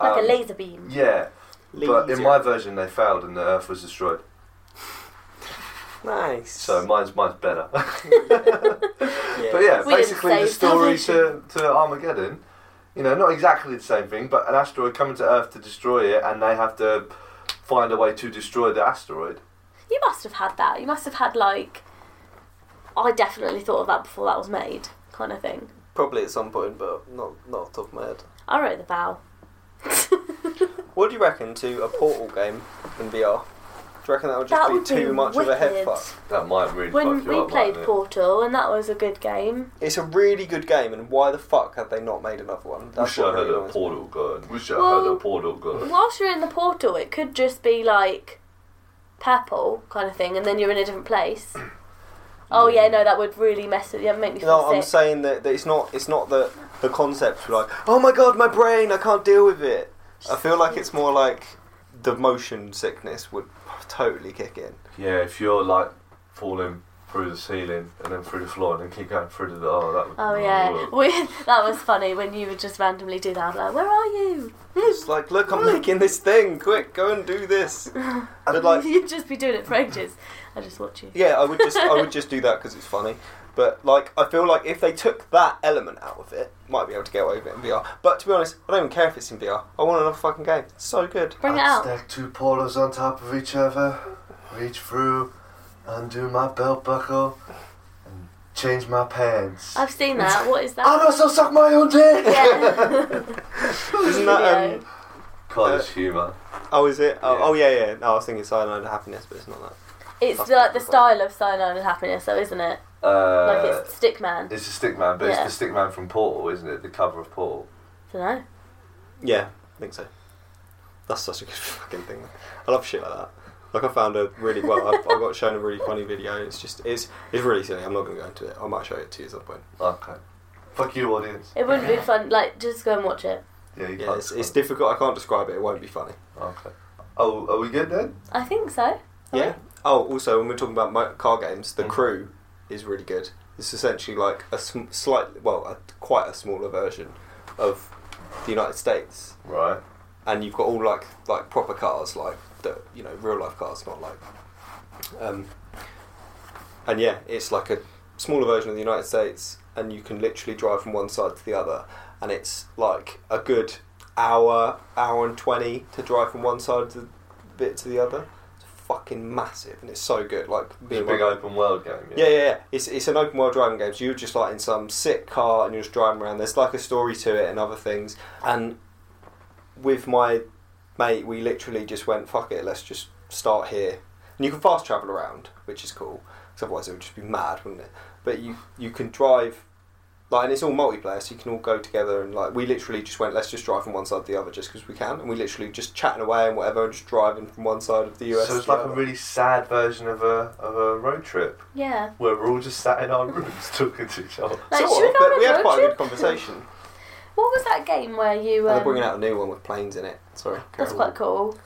Speaker 2: Like
Speaker 4: Um,
Speaker 2: a laser beam.
Speaker 4: Yeah, but in
Speaker 3: Laser.
Speaker 4: my version, they failed and the Earth was destroyed.
Speaker 3: nice.
Speaker 4: So mine's mine's better.
Speaker 3: yeah.
Speaker 4: but yeah,
Speaker 2: We didn't
Speaker 4: basically the
Speaker 2: save
Speaker 4: story to,
Speaker 2: salvation.
Speaker 4: to Armageddon, you know, not exactly the same thing, but an asteroid coming to Earth to destroy it, and they have to find a way to destroy the asteroid.
Speaker 2: You must have had that. You must have had, like, I definitely thought of that before that was made, kind of thing.
Speaker 3: probably at some point, but not not off the top of my head.
Speaker 2: I wrote the vow.
Speaker 3: What do you reckon to a portal game in VR? Do you reckon that would just
Speaker 2: that
Speaker 3: be
Speaker 2: would
Speaker 3: too
Speaker 2: be
Speaker 3: much
Speaker 2: wicked.
Speaker 3: of a head fuck?
Speaker 4: That might really
Speaker 2: When
Speaker 4: fuck you
Speaker 2: we
Speaker 4: up,
Speaker 2: played
Speaker 4: mightn't it?
Speaker 2: Portal, and that was a good game.
Speaker 3: It's a really good game, and why the fuck have they not made another one?
Speaker 4: Wish
Speaker 3: what
Speaker 4: I had
Speaker 3: really
Speaker 4: a
Speaker 3: annoys me.
Speaker 4: portal gun. Wish I
Speaker 2: Well-
Speaker 4: had a portal gun.
Speaker 2: Whilst you're in the portal, it could just be like purple kind of thing, and then you're in a different place. Oh yeah, no, that would really mess with you. Make me feel
Speaker 3: No, I'm
Speaker 2: sick.
Speaker 3: saying that, that it's not. It's not that the concepts were like, oh my god, my brain, I can't deal with it. I feel like it's more like the motion sickness would totally kick in.
Speaker 4: Yeah, if you're like falling through the ceiling and then through the floor and then keep going through the oh that would
Speaker 2: Oh yeah, we, that was funny when you would just randomly do that. Like, where are you?
Speaker 3: It's like, look, I'm making this thing. Quick, go and do this. I'd like,
Speaker 2: You'd just be doing it for ages. I just watch you.
Speaker 3: yeah, I would just, I would just do that because it's funny. But like, I feel like if they took that element out of it, might be able to get away with it in VR. But to be honest, I don't even care if it's in VR. I want another fucking game. It's so good.
Speaker 2: Bring it
Speaker 4: I'd
Speaker 2: out.
Speaker 4: Stack two portals on top of each other, reach through, undo my belt buckle, and change my pants.
Speaker 2: I've seen that. What is that?
Speaker 3: Oh,
Speaker 4: I'd also suck my own dick!
Speaker 2: yeah.
Speaker 3: Isn't that?
Speaker 2: Video.
Speaker 3: Um,
Speaker 4: College humour.
Speaker 3: oh, is it? Oh,
Speaker 4: Yeah.
Speaker 3: oh yeah, yeah. No, I was thinking Cyanide and Happiness, but it's not that.
Speaker 2: it's like the style of Cyanide and Happiness, though, isn't it? Like
Speaker 4: Uh,
Speaker 2: it's Stickman.
Speaker 4: it's a stickman, but
Speaker 2: Yeah.
Speaker 4: it's the stickman from Portal, isn't it? The cover of Portal.
Speaker 2: don't know.
Speaker 3: Yeah, I think so. That's such a good fucking thing. I love shit like that. Like I found a really well. I, I got shown a really funny video. It's just it's it's really silly. I'm not going to go into it. I might show it to you at some point.
Speaker 4: Okay. Fuck you, audience.
Speaker 2: It wouldn't be fun. Like just go and watch it.
Speaker 4: Yeah, you
Speaker 3: Yeah,
Speaker 4: can't
Speaker 3: it's, it's
Speaker 4: describe
Speaker 3: difficult. I can't describe it. It won't be funny.
Speaker 4: it. Okay. Oh, are we good then?
Speaker 2: I think so.
Speaker 3: Yeah. Oh, also, when we're talking about mo- car games, the
Speaker 1: Mhm.
Speaker 3: crew is really good. It's essentially like a sm- slightly, well, a, quite a smaller version of the United States,
Speaker 4: Right.
Speaker 3: and you've got all like like proper cars, like the you know real life cars, not like. Um, and yeah, it's like a smaller version of the United States, and you can literally drive from one side to the other, and it's like a good hour, hour and twenty to drive from one side to the bit to the other. It's fucking massive, and it's so good. Like
Speaker 4: It's a
Speaker 3: and my-
Speaker 4: big open world game.
Speaker 3: yeah, yeah, yeah. It's, it's an open world driving game. So you're just like in some sick car and you're just driving around. There's like a story to it and other things. And with my mate, we literally just went, fuck it, let's just start here. And you can fast travel around, which is cool. 'cause otherwise it would just be mad, wouldn't it? But you, you can drive, like, and it's all multiplayer, so you can all go together. And like, we literally just went, let's just drive from one side to the other just because we can. And we literally just chatting away and whatever, and just driving from one side of the US.
Speaker 4: So
Speaker 3: to
Speaker 4: it's
Speaker 3: the
Speaker 4: like a
Speaker 3: other.
Speaker 4: really sad version of a of a road trip
Speaker 2: Yeah.
Speaker 4: where we're all just sat in our rooms talking to each other.
Speaker 2: Like,
Speaker 3: Sort
Speaker 2: should
Speaker 3: of,
Speaker 2: we go on
Speaker 3: but we
Speaker 2: a
Speaker 3: had
Speaker 2: road
Speaker 3: quite a good
Speaker 2: trip?
Speaker 3: conversation.
Speaker 2: What was that game where you?
Speaker 3: Oh,
Speaker 2: Um,
Speaker 3: they're bringing out a new one with planes in it. Sorry. carry
Speaker 2: That's
Speaker 3: on.
Speaker 2: quite cool.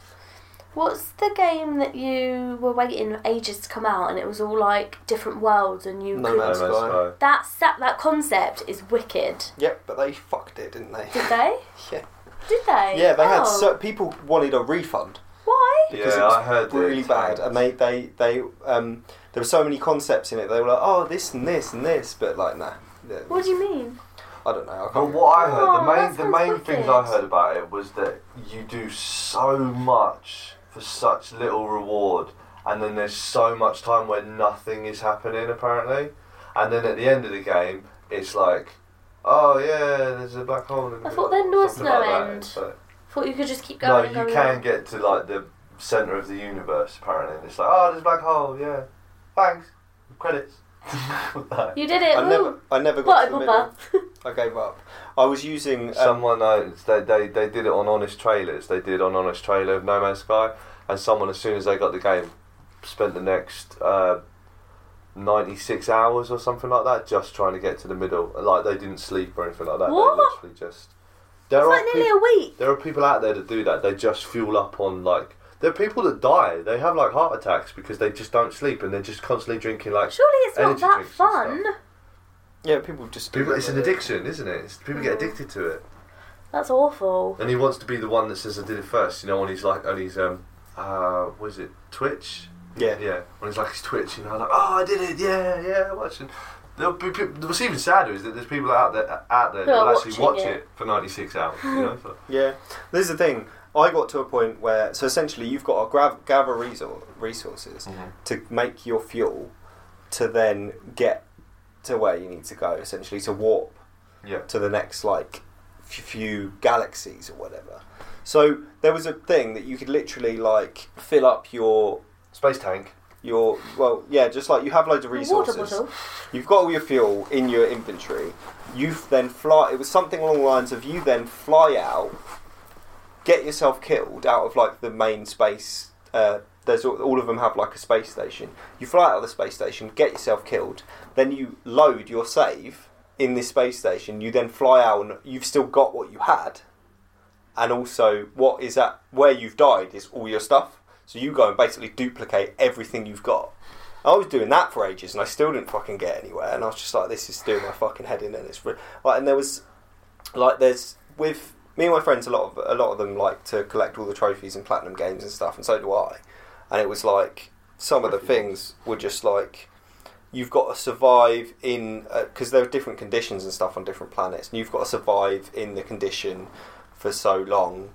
Speaker 2: What's the game that you were waiting ages to come out, and it was all like different worlds, and you
Speaker 3: No
Speaker 2: could.
Speaker 3: Man's
Speaker 4: No Man's
Speaker 3: Sky.
Speaker 4: Sky.
Speaker 2: That that that concept is wicked.
Speaker 3: Yep, but they fucked it, didn't they?
Speaker 2: Did they?
Speaker 3: yeah.
Speaker 2: Did they?
Speaker 3: Yeah, they had
Speaker 2: Oh.
Speaker 3: so people wanted a refund
Speaker 2: Why?
Speaker 3: because
Speaker 4: Yeah,
Speaker 3: it was
Speaker 4: I heard that
Speaker 3: really
Speaker 4: it's
Speaker 3: bad,
Speaker 4: tanked.
Speaker 3: and they they they um there were so many concepts in it. They were like, oh, this and this and this, but like, nah. Yeah,
Speaker 2: What do you mean?
Speaker 3: I don't know. I
Speaker 4: But
Speaker 3: can't.
Speaker 4: what I heard,
Speaker 2: Oh, that
Speaker 4: the
Speaker 2: sounds
Speaker 4: main the main
Speaker 2: wicked.
Speaker 4: things I heard about it was that you do so much for such little reward, and then there's so much time where nothing is happening apparently, and then at the end of the game, it's like, oh yeah, there's a black hole. In the
Speaker 2: I thought
Speaker 4: middle,"
Speaker 2: there was
Speaker 4: something like
Speaker 2: no
Speaker 4: that.
Speaker 2: end.
Speaker 4: It's like-
Speaker 2: Thought you could just keep
Speaker 4: No,
Speaker 2: going. and
Speaker 4: you
Speaker 2: going
Speaker 4: can
Speaker 2: on.
Speaker 4: get to like the center of the universe apparently. And it's like, oh, there's a black hole. Yeah, thanks. Credits. Like,
Speaker 2: You did it.
Speaker 3: I never,
Speaker 2: woo.
Speaker 3: I never
Speaker 2: What,
Speaker 3: got to the
Speaker 2: Papa?
Speaker 3: middle. I gave up. I was using. Um,
Speaker 4: Someone uh, they, they they did it on Honest Trailers. They did on Honest Trailer of No Man's Sky, and someone as soon as they got the game, spent the next uh, ninety six hours or something like that just trying to get to the middle. Like they didn't sleep or anything like that.
Speaker 2: What?
Speaker 4: They literally just. There
Speaker 2: It's
Speaker 4: are
Speaker 2: like
Speaker 4: peop-
Speaker 2: nearly a week.
Speaker 4: There are people out there that do that. They just fuel up on like there are people that die. They have like heart attacks because they just don't sleep and they're just constantly drinking like
Speaker 2: Surely it's not
Speaker 4: energy
Speaker 2: that
Speaker 4: drinks and
Speaker 2: fun.
Speaker 3: yeah, people just.
Speaker 4: people. It's an addiction, isn't it? It's, people get
Speaker 2: Mm.
Speaker 4: addicted to it,
Speaker 2: That's awful.
Speaker 4: and he wants to be the one that says I did it first. You know, on his like on his um uh what is it Twitch?
Speaker 3: Yeah.
Speaker 4: yeah. On his like his Twitch, you know, like oh I did it, yeah, yeah, watching. There'll be people, what's even sadder is that there's people out there out there
Speaker 2: Who are
Speaker 4: that will actually watch
Speaker 2: watching
Speaker 4: it.
Speaker 2: it.
Speaker 4: for 96 hours. You know, so-
Speaker 3: Yeah, this is the thing. I got to a point where, so essentially, you've got to grab, gather resor- resources to make your fuel to then get to where you need to go, essentially, to warp
Speaker 4: yeah.
Speaker 3: to the next, like, f- few galaxies or whatever. So there was a thing that you could literally, like, fill up your.
Speaker 4: Space tank.
Speaker 3: Your well, yeah, just like you have loads of
Speaker 2: A water
Speaker 3: resources.
Speaker 2: bottle.
Speaker 3: You've got all your fuel in your inventory. You then fly. It was something along the lines of you then fly out, get yourself killed out of like the main space. Uh, there's all, all of them have like a space station. You fly out of the space station, get yourself killed. Then you load your save in this space station. You then fly out, and you've still got what you had. And also, what is at where you've died is all your stuff. So you go and basically duplicate everything you've got. I was doing that for ages, and I still didn't fucking get anywhere. And I was just like, "This is doing my fucking head in." And it's re- like, and there was like, there's with me and my friends. A lot of a lot of them like to collect all the trophies and platinum games and stuff, and so do I. And it was like some of the things were just like you've got to survive in because there are different conditions and stuff on different planets, and you've got to survive in the condition for so long.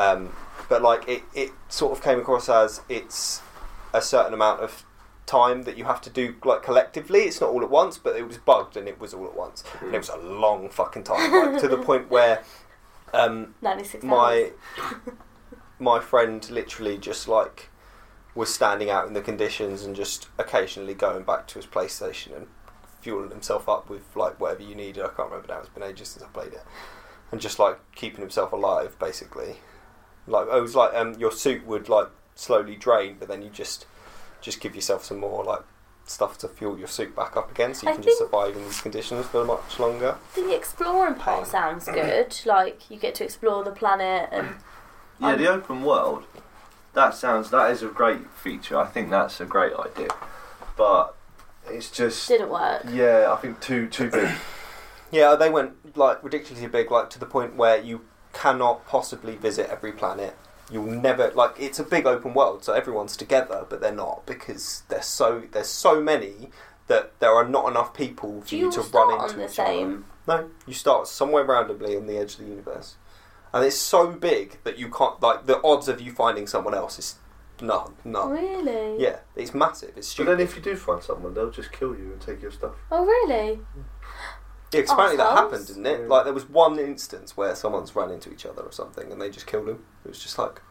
Speaker 3: Um, but like it, it sort of came across as it's a certain amount of time that you have to do like collectively. It's not all at once, but it was bugged and it was all at once, and it was a long fucking time, like, to the point where um,
Speaker 2: 96
Speaker 3: my my friend literally just like was standing out in the conditions and just occasionally going back to his PlayStation and fueling himself up with like whatever you needed. I can't remember now; it's been ages since I played it, and just like keeping himself alive, basically. Like it was like um, your suit would like slowly drain, but then you just just give yourself some more like stuff to fuel your suit back up again, so you
Speaker 2: I
Speaker 3: can just
Speaker 2: think-
Speaker 3: survive in these conditions for much longer.
Speaker 2: The exploring part
Speaker 3: Mm.
Speaker 2: sounds good. Like you get to explore the planet and
Speaker 4: Yeah, the open world that sounds that is a great feature. I think that's a great idea, but it's just
Speaker 2: Didn't work.
Speaker 4: yeah. I think too too big.
Speaker 3: Yeah, they went like ridiculously big, like to the point where you cannot possibly visit every planet. You'll never like it's a big open world, so everyone's together, but they're not because there's so there's so many that there are not enough people for
Speaker 2: Do
Speaker 3: you,
Speaker 2: you all
Speaker 3: to
Speaker 2: start
Speaker 3: run into
Speaker 2: on the
Speaker 3: each
Speaker 2: same?
Speaker 3: other. No, you start somewhere randomly on the edge of the universe, and it's so big that you can't like the odds of you finding someone else is none, none.
Speaker 2: Really?
Speaker 3: Oh. Yeah, it's massive. It's
Speaker 4: But
Speaker 3: stupid.
Speaker 4: then if you do find someone, they'll just kill you and take your stuff.
Speaker 2: Oh, really?
Speaker 3: Yeah,
Speaker 2: Oh,
Speaker 3: 'cause apparently that
Speaker 2: Assholes.
Speaker 3: happened, didn't it?
Speaker 4: Yeah.
Speaker 3: Like there was one instance where someone's run into each other or something, and they just killed him. It was just like,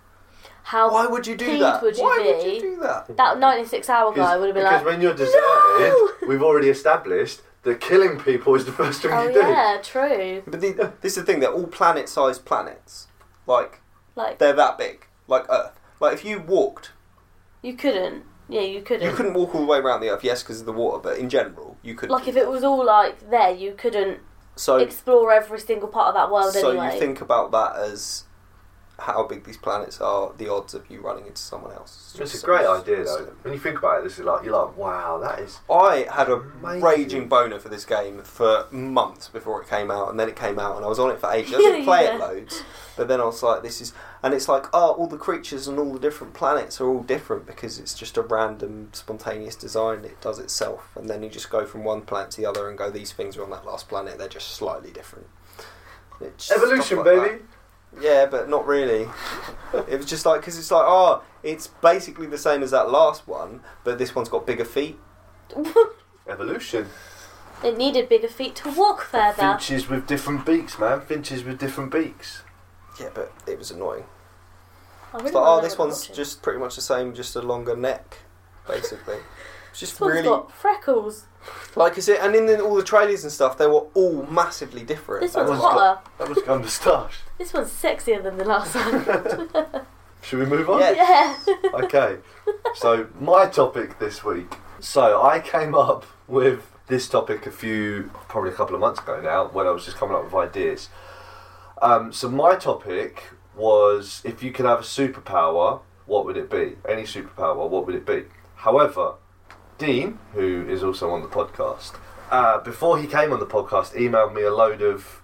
Speaker 2: How
Speaker 3: why would you do
Speaker 2: peeved
Speaker 3: that?
Speaker 2: would you
Speaker 3: why would
Speaker 2: be?
Speaker 3: you do that?
Speaker 2: that 96 hour guy would have been
Speaker 4: because
Speaker 2: like,
Speaker 4: when you're deserted, we've already established that killing people is the first thing
Speaker 2: oh
Speaker 4: you do.
Speaker 2: yeah, true.
Speaker 3: But the, this is the thing: they're all planet-sized planets. Like
Speaker 2: Like
Speaker 3: they're that big, like Earth. Like if you walked,
Speaker 2: you couldn't. Yeah, you couldn't.
Speaker 3: you couldn't walk all the way around the Earth. Yes, because of the water, but in general, you could.
Speaker 2: Like if it was all like there, you couldn't
Speaker 3: so,
Speaker 2: explore every single part of that world
Speaker 3: so
Speaker 2: anyway.
Speaker 3: you think about that as how big these planets are, the odds of you running into someone else.
Speaker 4: It's a
Speaker 3: So
Speaker 4: great
Speaker 3: it's-
Speaker 4: idea
Speaker 3: it's-
Speaker 4: though. When you think about it, this is like you're like, wow, that is
Speaker 3: I had a
Speaker 4: Amazing.
Speaker 3: raging boner for this game for months before it came out, and then it came out, and I was on it for ages. I didn't play it
Speaker 2: Yeah.
Speaker 3: loads, but then I was like, "This is," and it's like, "Oh, all the creatures and all the different planets are all different because it's just a random, spontaneous design. It does itself, and then you just go from one planet to the other and go, "These things are on that last planet. They're just slightly different." It's just
Speaker 4: evolution,
Speaker 3: stuff like
Speaker 4: baby.
Speaker 3: that. Yeah, but not really. it was just like because it's like, oh, it's basically the same as that last one, but this one's got bigger feet.
Speaker 4: Evolution.
Speaker 2: it needed bigger feet to walk further.
Speaker 4: Finches with different beaks, man. Finches with different beaks.
Speaker 3: Yeah, but it was annoying.
Speaker 2: I really
Speaker 3: It's like,
Speaker 2: wanna
Speaker 3: oh,
Speaker 2: know
Speaker 3: this
Speaker 2: what
Speaker 3: one's
Speaker 2: I'm watching.
Speaker 3: just pretty much the same, just a longer neck, basically. It's just
Speaker 2: This one's
Speaker 3: really
Speaker 2: got freckles.
Speaker 3: like is it, and in the, all the trailers and stuff, they were all massively different.
Speaker 2: This
Speaker 3: That
Speaker 2: one's
Speaker 4: one's
Speaker 2: hotter.
Speaker 4: got- That was kind of start.
Speaker 2: This one's sexier than the last one.
Speaker 4: Should we move on?
Speaker 3: Yeah.
Speaker 2: yeah.
Speaker 4: okay. So my topic this week. So I came up with this topic a few, probably a couple of months ago now, when I was just coming up with ideas. Um, so my topic was if you could have a superpower, what would it be? Any superpower, what would it be? However, Dean, who is also on the podcast, uh, before he came on the podcast, emailed me a load of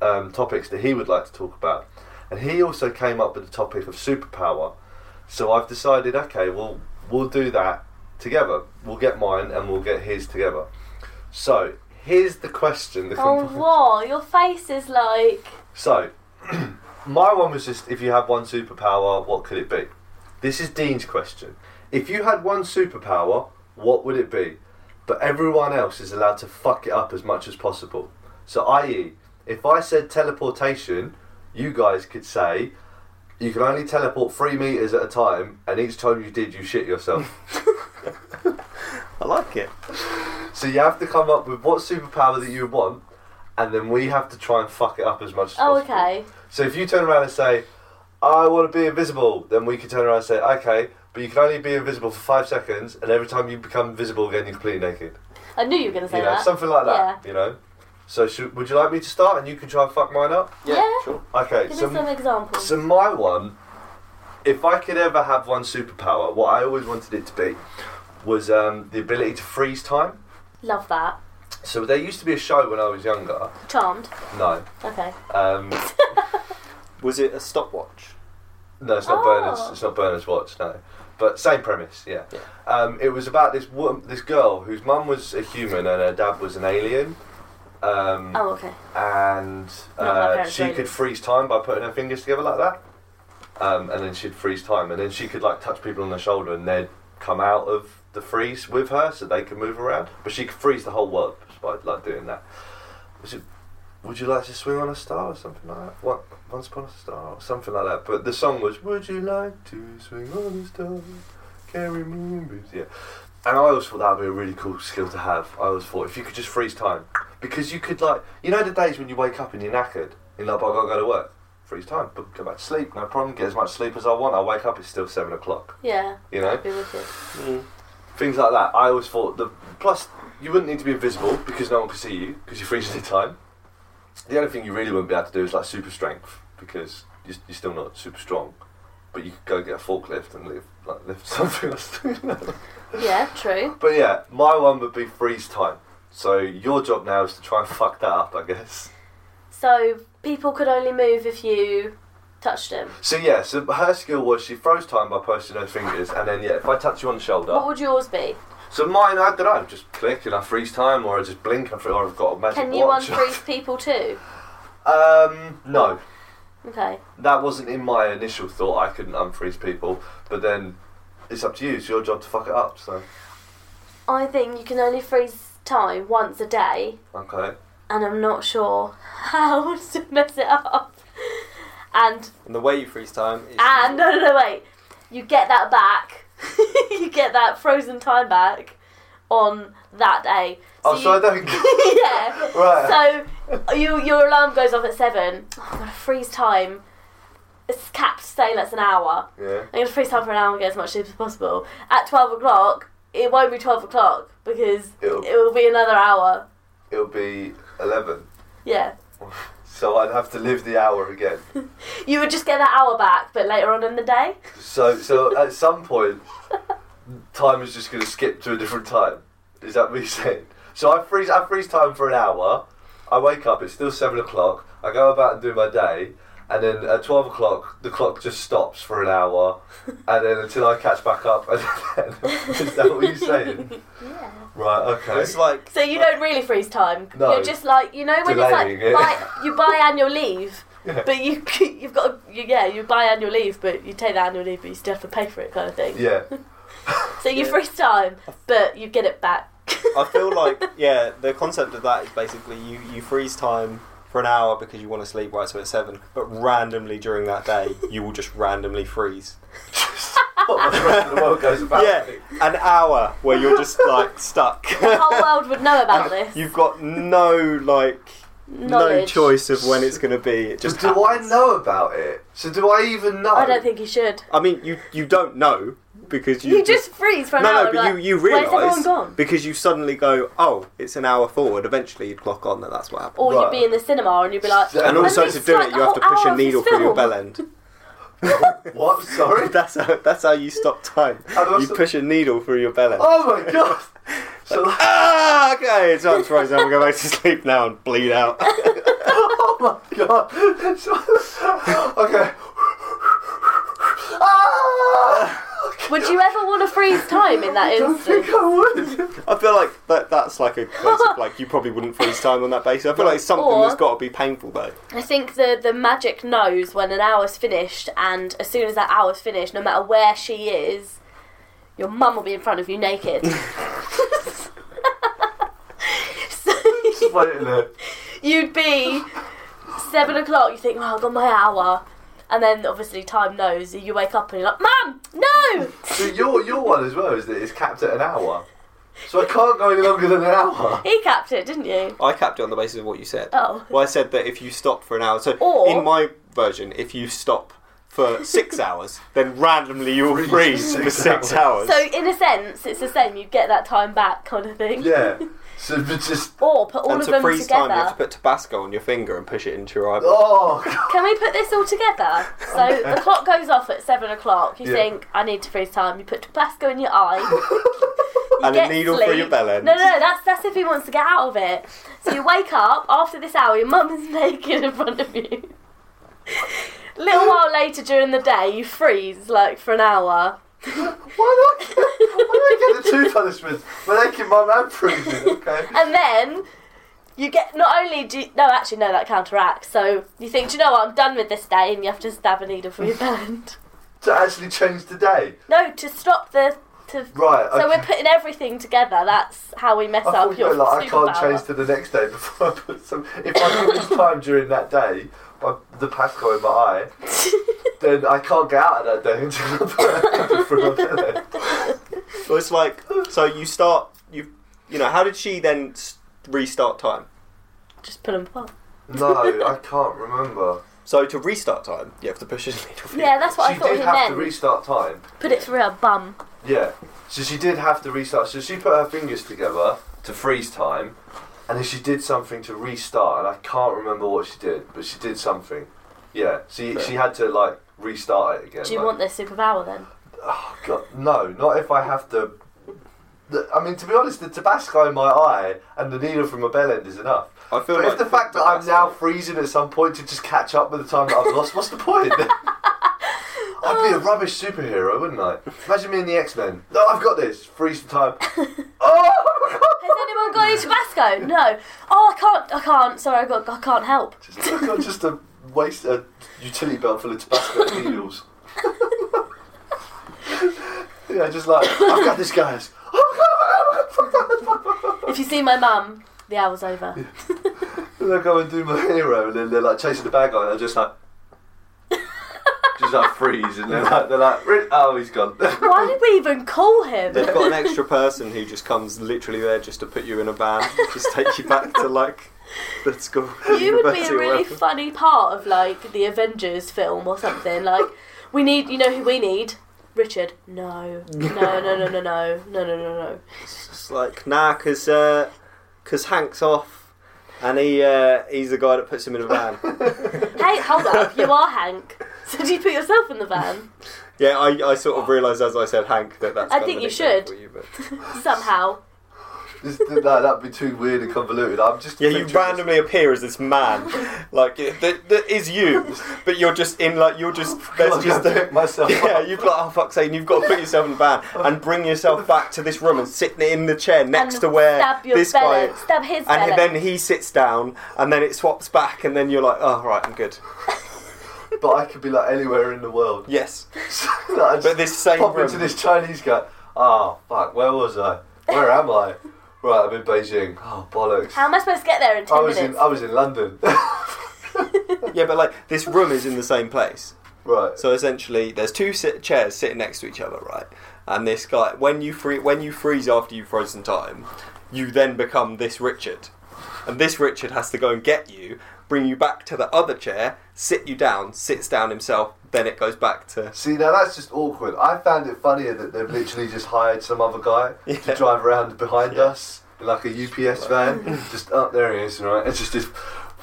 Speaker 4: um, topics that he would like to talk about, and he also came up with the topic of superpower. So I've decided, okay, well, we'll do that together. We'll get mine and we'll get his together. So here's the question. The
Speaker 2: oh,
Speaker 4: comp-
Speaker 2: wow. Your face is like. oh,
Speaker 4: so, my one was just if you had one superpower, what could it be? This is Dean's question. If you had one superpower, what would it be? But everyone else is allowed to fuck it up as much as possible. So, i.e., if I said teleportation, you guys could say you can only teleport three meters at a time, and each time you did, you shit yourself.
Speaker 3: I like it.
Speaker 4: so you have to come up with what superpower that you want, and then we have to try and fuck it up as much as
Speaker 2: Oh,
Speaker 4: possible.
Speaker 2: okay.
Speaker 4: So if you turn around and say, I want to be invisible, then we can turn around and say, okay, but you can only be invisible for five seconds, and every time you become visible again, you're completely naked.
Speaker 2: I knew you were going to say
Speaker 4: you know,
Speaker 2: that.
Speaker 4: something like that, you know? So should, would you like me to start and you can try and fuck mine up?
Speaker 3: Yeah,
Speaker 2: Yeah.
Speaker 3: sure.
Speaker 4: Okay,
Speaker 2: Give
Speaker 4: so,
Speaker 2: me some examples.
Speaker 4: so my one, if I could ever have one superpower, what I always wanted it to be was um, the ability to freeze time.
Speaker 2: Love that.
Speaker 4: So there used to be a show when I was younger.
Speaker 2: Charmed.
Speaker 4: No.
Speaker 2: Okay.
Speaker 4: Um,
Speaker 3: Was it a stopwatch?
Speaker 4: No, it's not
Speaker 2: Oh.
Speaker 4: Bernard's. It's not Bernard's watch. No, but same premise. Yeah.
Speaker 3: Yeah.
Speaker 4: Um, it was about this wo- this girl whose mum was a human and her dad was an alien, um,
Speaker 2: Oh, okay.
Speaker 4: and
Speaker 2: Not like
Speaker 4: uh,
Speaker 2: parents
Speaker 4: she
Speaker 2: really.
Speaker 4: could freeze time by putting her fingers together like that, um, and then she'd freeze time, and then she could like touch people on the shoulder, and they'd come out of the freeze with her, so they could move around. But she could freeze the whole world just by like doing that. Was it? Would you like to swing on a star or something like that? What? Once upon a star or something like that. But the song was Would you like to swing on a star? Carry me in boots. Yeah. And I always thought that would be a really cool skill to have. I always thought if you could just freeze time. Because you could like you know the days when you wake up and you're knackered, you're like, but I gotta go to work. Freeze time, but go back to sleep, no problem, get as much sleep as I want, I wake up, it's still seven o'clock.
Speaker 2: Yeah.
Speaker 4: You know?
Speaker 2: That'd be wicked.
Speaker 3: Mm.
Speaker 4: Things like that. I always thought the plus you wouldn't need to be invisible because no one could see you because you're freezing in time. The only thing you really wouldn't be able to do is like super strength because you're, you're still not super strong, but but you could go get a forklift and live like lift something else.
Speaker 2: Yeah, true.
Speaker 4: but yeah, my one would be freeze time. So your job now is to try and fuck that up, I guess.
Speaker 2: So people could only move if you touched them.
Speaker 4: So yeah, so her skill was she froze time by posting her fingers, and then yeah, if I touch you on the shoulder,
Speaker 2: What would yours be?
Speaker 4: So mine, I don't know, just click and I freeze time, or I just blink and fr- or I've got a magic
Speaker 2: Can you
Speaker 4: watch.
Speaker 2: unfreeze people too?
Speaker 4: um, no,
Speaker 2: Okay.
Speaker 4: that wasn't in my initial thought. I couldn't unfreeze people, but then it's up to you. It's your job to fuck it up. So
Speaker 2: I think you can only freeze time once a day,
Speaker 4: okay,
Speaker 2: and I'm not sure how to mess it up. And
Speaker 3: And the way you freeze time is
Speaker 2: and no no no wait, you get that back. you get that frozen time back on that day.
Speaker 4: oh, so I
Speaker 2: you-
Speaker 4: don't. get-
Speaker 2: yeah.
Speaker 4: Right.
Speaker 2: So you, your alarm goes off at seven. Oh, I'm gonna freeze time. It's capped, say that's an hour.
Speaker 4: yeah.
Speaker 2: I'm gonna freeze time for an hour and get as much sleep as possible. At twelve o'clock, it won't be twelve o'clock because
Speaker 4: It'll-
Speaker 2: it will be another hour.
Speaker 4: It'll be eleven,
Speaker 2: Yeah,
Speaker 4: so I'd have to live the hour again.
Speaker 2: you would just get that hour back, but later on in the day.
Speaker 4: So, so at some point, time is just going to skip to a different time. Is that what you're saying? So I freeze, I freeze time for an hour. I wake up. It's still seven o'clock. I go about and do my day, and then at twelve o'clock, the clock just stops for an hour, and then until I catch back up. And then, is that what you're saying?
Speaker 2: Yeah.
Speaker 4: Right. Okay.
Speaker 3: it's like
Speaker 2: So you don't really freeze time.
Speaker 4: No.
Speaker 2: You're just like you know when
Speaker 4: Delaying
Speaker 2: it's
Speaker 4: it.
Speaker 2: like buy, you buy annual leave,
Speaker 4: Yeah.
Speaker 2: but you you've got you, yeah you buy annual leave, but you take the annual leave, but you still have to pay for it kind of thing.
Speaker 4: Yeah.
Speaker 2: So you
Speaker 3: Yeah.
Speaker 2: freeze time, but you get it back.
Speaker 3: I feel like yeah, the concept of that is basically you you freeze time for an hour because you want to sleep right so at seven, but randomly during that day you will just randomly freeze.
Speaker 4: what the rest of the world goes about.
Speaker 3: Yeah, an hour where you're just like stuck.
Speaker 2: the whole world would know about this.
Speaker 3: You've got no like no
Speaker 2: Knowledge.
Speaker 3: choice of when it's going to be. It
Speaker 4: Just
Speaker 3: just
Speaker 4: do I
Speaker 3: happens.
Speaker 4: know about it? So do I even know?
Speaker 2: I don't think you should.
Speaker 3: I mean, you you don't know because you,
Speaker 2: You, just freeze for an
Speaker 3: no
Speaker 2: hour.
Speaker 3: no, but
Speaker 2: like,
Speaker 3: you you
Speaker 2: Where's everyone
Speaker 3: realise
Speaker 2: gone?
Speaker 3: because you suddenly go oh it's an hour forward. Eventually you'd clock on that that's what happened.
Speaker 2: Or
Speaker 4: Right.
Speaker 2: you'd be in the cinema and you'd be like,
Speaker 4: And
Speaker 3: And also
Speaker 2: this
Speaker 3: to
Speaker 2: is
Speaker 3: do
Speaker 2: like
Speaker 3: it,
Speaker 2: the
Speaker 3: you have to
Speaker 2: whole
Speaker 3: push
Speaker 2: hour
Speaker 3: a
Speaker 2: of this
Speaker 3: needle through your
Speaker 2: film.
Speaker 3: bell end.
Speaker 4: What? Sorry.
Speaker 3: That's how that's how you stop time.
Speaker 4: How do I
Speaker 3: You
Speaker 4: stop-
Speaker 3: push a needle through your belly.
Speaker 4: Oh my god! So like,
Speaker 3: Ah, okay, it's time to rise up. I'm going back to sleep now and bleed out.
Speaker 4: oh my god! So, okay. Ah!
Speaker 2: Would you ever want to freeze time in that
Speaker 4: I don't
Speaker 2: instance?
Speaker 4: think I would.
Speaker 3: I feel like that that's like a case of like you probably wouldn't freeze time on that basis. I feel like it's something
Speaker 2: Or-
Speaker 3: that's got to be painful though.
Speaker 2: I think the, the magic knows when an hour's finished, and as soon as that hour's finished, no matter where she is, your mum will be in front of you naked. so
Speaker 4: Wait a minute.
Speaker 2: you'd be seven o'clock, you think, oh, I've got my hour. And then obviously time knows, you wake up and you're like, Mum, no!
Speaker 4: So your your one as well is that it's capped at an hour. So I can't go any longer than an hour.
Speaker 2: He capped it, didn't you?
Speaker 3: I capped it on the basis of what you said.
Speaker 2: Oh.
Speaker 3: Well, I said that if you stop for an hour, so
Speaker 2: Or-
Speaker 3: in my version, if you stop for six hours, then randomly you'll freeze for six hours.
Speaker 2: So in a sense, it's the same, you get that time back kind of thing.
Speaker 4: Yeah. So but just
Speaker 2: Or put all
Speaker 3: and
Speaker 2: of
Speaker 3: to
Speaker 2: them
Speaker 3: freeze time, you have
Speaker 2: together.
Speaker 3: to put Tabasco on your finger and push it into your eyeball.
Speaker 4: oh. God.
Speaker 2: Can we put this all together? So the clock goes off at seven o'clock. You
Speaker 4: Yeah.
Speaker 2: think I need to freeze time. You put Tabasco in your eye. You
Speaker 3: And a
Speaker 2: get
Speaker 3: needle
Speaker 2: sleep.
Speaker 3: through your bell end.
Speaker 2: No, no, no, that's that's if he wants to get out of it. So you wake up after this hour. Your mum is naked in front of you. Little while later during the day, you freeze like for an hour.
Speaker 4: Why not? Why do I get the two punishments? We're making my man freezing. Okay.
Speaker 2: And then you get not only do you, no, actually no, that counteracts. So you think, do you know what? I'm done with this day, and you have to stab a needle through your bell end.
Speaker 4: To actually change the day.
Speaker 2: No, to stop the to
Speaker 4: Right. Okay.
Speaker 2: So we're putting everything together. That's how we mess
Speaker 4: I
Speaker 2: up
Speaker 4: thought you
Speaker 2: your
Speaker 4: were like, I can't
Speaker 2: superpower.
Speaker 4: change to the next day before I put some. If I finish time during that day, by the Pasco in my eye, then I can't get out of that day until I put it through my pillow.
Speaker 3: Well, it's like so you start you you know how did she then s- restart time?
Speaker 2: Just pull them apart.
Speaker 4: No, I can't remember.
Speaker 3: So to restart time, you have to push a needle. through.
Speaker 2: Yeah, that's what
Speaker 4: she
Speaker 2: I thought
Speaker 4: did
Speaker 2: he
Speaker 4: have
Speaker 2: meant.
Speaker 4: to restart time.
Speaker 2: Put it through her bum.
Speaker 4: Yeah. So she did have to restart. So she put her fingers together to freeze time, and then she did something to restart, and I can't remember what she did, but she did something. Yeah, so you,
Speaker 3: Fair.
Speaker 4: she had to like restart it again.
Speaker 2: Do you
Speaker 4: like-
Speaker 2: want their superpower then?
Speaker 4: Oh god, no! Not if I have to. the- I mean, to be honest, the Tabasco in my eye and the needle from my bell end is enough.
Speaker 3: I feel
Speaker 4: But
Speaker 3: like
Speaker 4: if the fact that I'm now freezing at some point to just catch up with the time that I've lost, what's the point? I'd be a rubbish superhero, wouldn't I? Imagine me in the X Men. No, I've got this. Freeze the time. Oh
Speaker 2: Has anyone got any Tabasco? No. Oh, I can't. I can't. Sorry, I got. I can't help.
Speaker 4: Just, I've got just a waste a utility belt full of Tabasco needles. yeah, just like I've got this, guys.
Speaker 2: If you see my mum, the hour's over.
Speaker 4: And I go and do my hero, and then they're like chasing the bad guy, and I'm just like. Just like freeze, and they're like, they're like, "Re- oh, he's gone.
Speaker 2: Why did we even call him?
Speaker 3: They've got an extra person who just comes literally there just to put you in a van, just take you back to like the school.
Speaker 2: You would be
Speaker 3: university
Speaker 2: a
Speaker 3: or
Speaker 2: really
Speaker 3: whatever.
Speaker 2: funny part of like the Avengers film or something. Like, we need, you know, who we need? Richard. No, no, no, no, no, no, no, no, no, no.
Speaker 3: It's like nah, cause uh, cause Hank's off, and he uh, he's the guy that puts him in a van.
Speaker 2: Hey, hold up, you are Hank. So do you put yourself in the van
Speaker 3: yeah, I, I sort of realised as I said Hank that that's.
Speaker 2: I
Speaker 3: kind of
Speaker 2: think
Speaker 3: a
Speaker 2: you
Speaker 3: nickname
Speaker 2: should.
Speaker 3: for you, but-
Speaker 2: somehow?
Speaker 4: Just, no, that'd be too weird and convoluted. I'm just
Speaker 3: Yeah,
Speaker 4: picturing
Speaker 3: you
Speaker 4: this-
Speaker 3: randomly appear as this man, like that, that is you, but you're just in like you're just
Speaker 4: I'm
Speaker 3: there's
Speaker 4: gonna
Speaker 3: just a,
Speaker 4: pick myself.
Speaker 3: yeah
Speaker 4: up.
Speaker 3: you've got oh fuck's sake, and you've got to put yourself in the van and bring yourself back to this room and sit in the chair next
Speaker 2: And
Speaker 3: to where
Speaker 2: stab your
Speaker 3: this
Speaker 2: belly,
Speaker 3: guy.
Speaker 2: stab his belly.
Speaker 3: And then he sits down, and then it swaps back, and then you're like, "Oh, right, I'm good."
Speaker 4: but I could be like anywhere in the world.
Speaker 3: Yes,
Speaker 4: Like, I just
Speaker 3: but this same
Speaker 4: pop
Speaker 3: room.
Speaker 4: into this Chinese guy. Oh fuck, where was I? Where am I? Right, I'm in Beijing. Oh bollocks.
Speaker 2: How am I supposed to get there in ten
Speaker 4: I was in
Speaker 2: minutes?
Speaker 4: I was in London.
Speaker 3: Yeah, but like this room is in the same place.
Speaker 4: right.
Speaker 3: So essentially, there's two sit- chairs sitting next to each other, right? And this guy, when you free- when you freeze after you've frozen time, you then become this Richard, and this Richard has to go and get you, bring you back to the other chair, sit you down, sits down himself, then it goes back to.
Speaker 4: See, now that's just awkward. I found it funnier that they've literally just hired some other guy
Speaker 3: Yeah.
Speaker 4: to drive around behind
Speaker 3: Yeah.
Speaker 4: us in like a UPS van. just up there he is, right? It's just this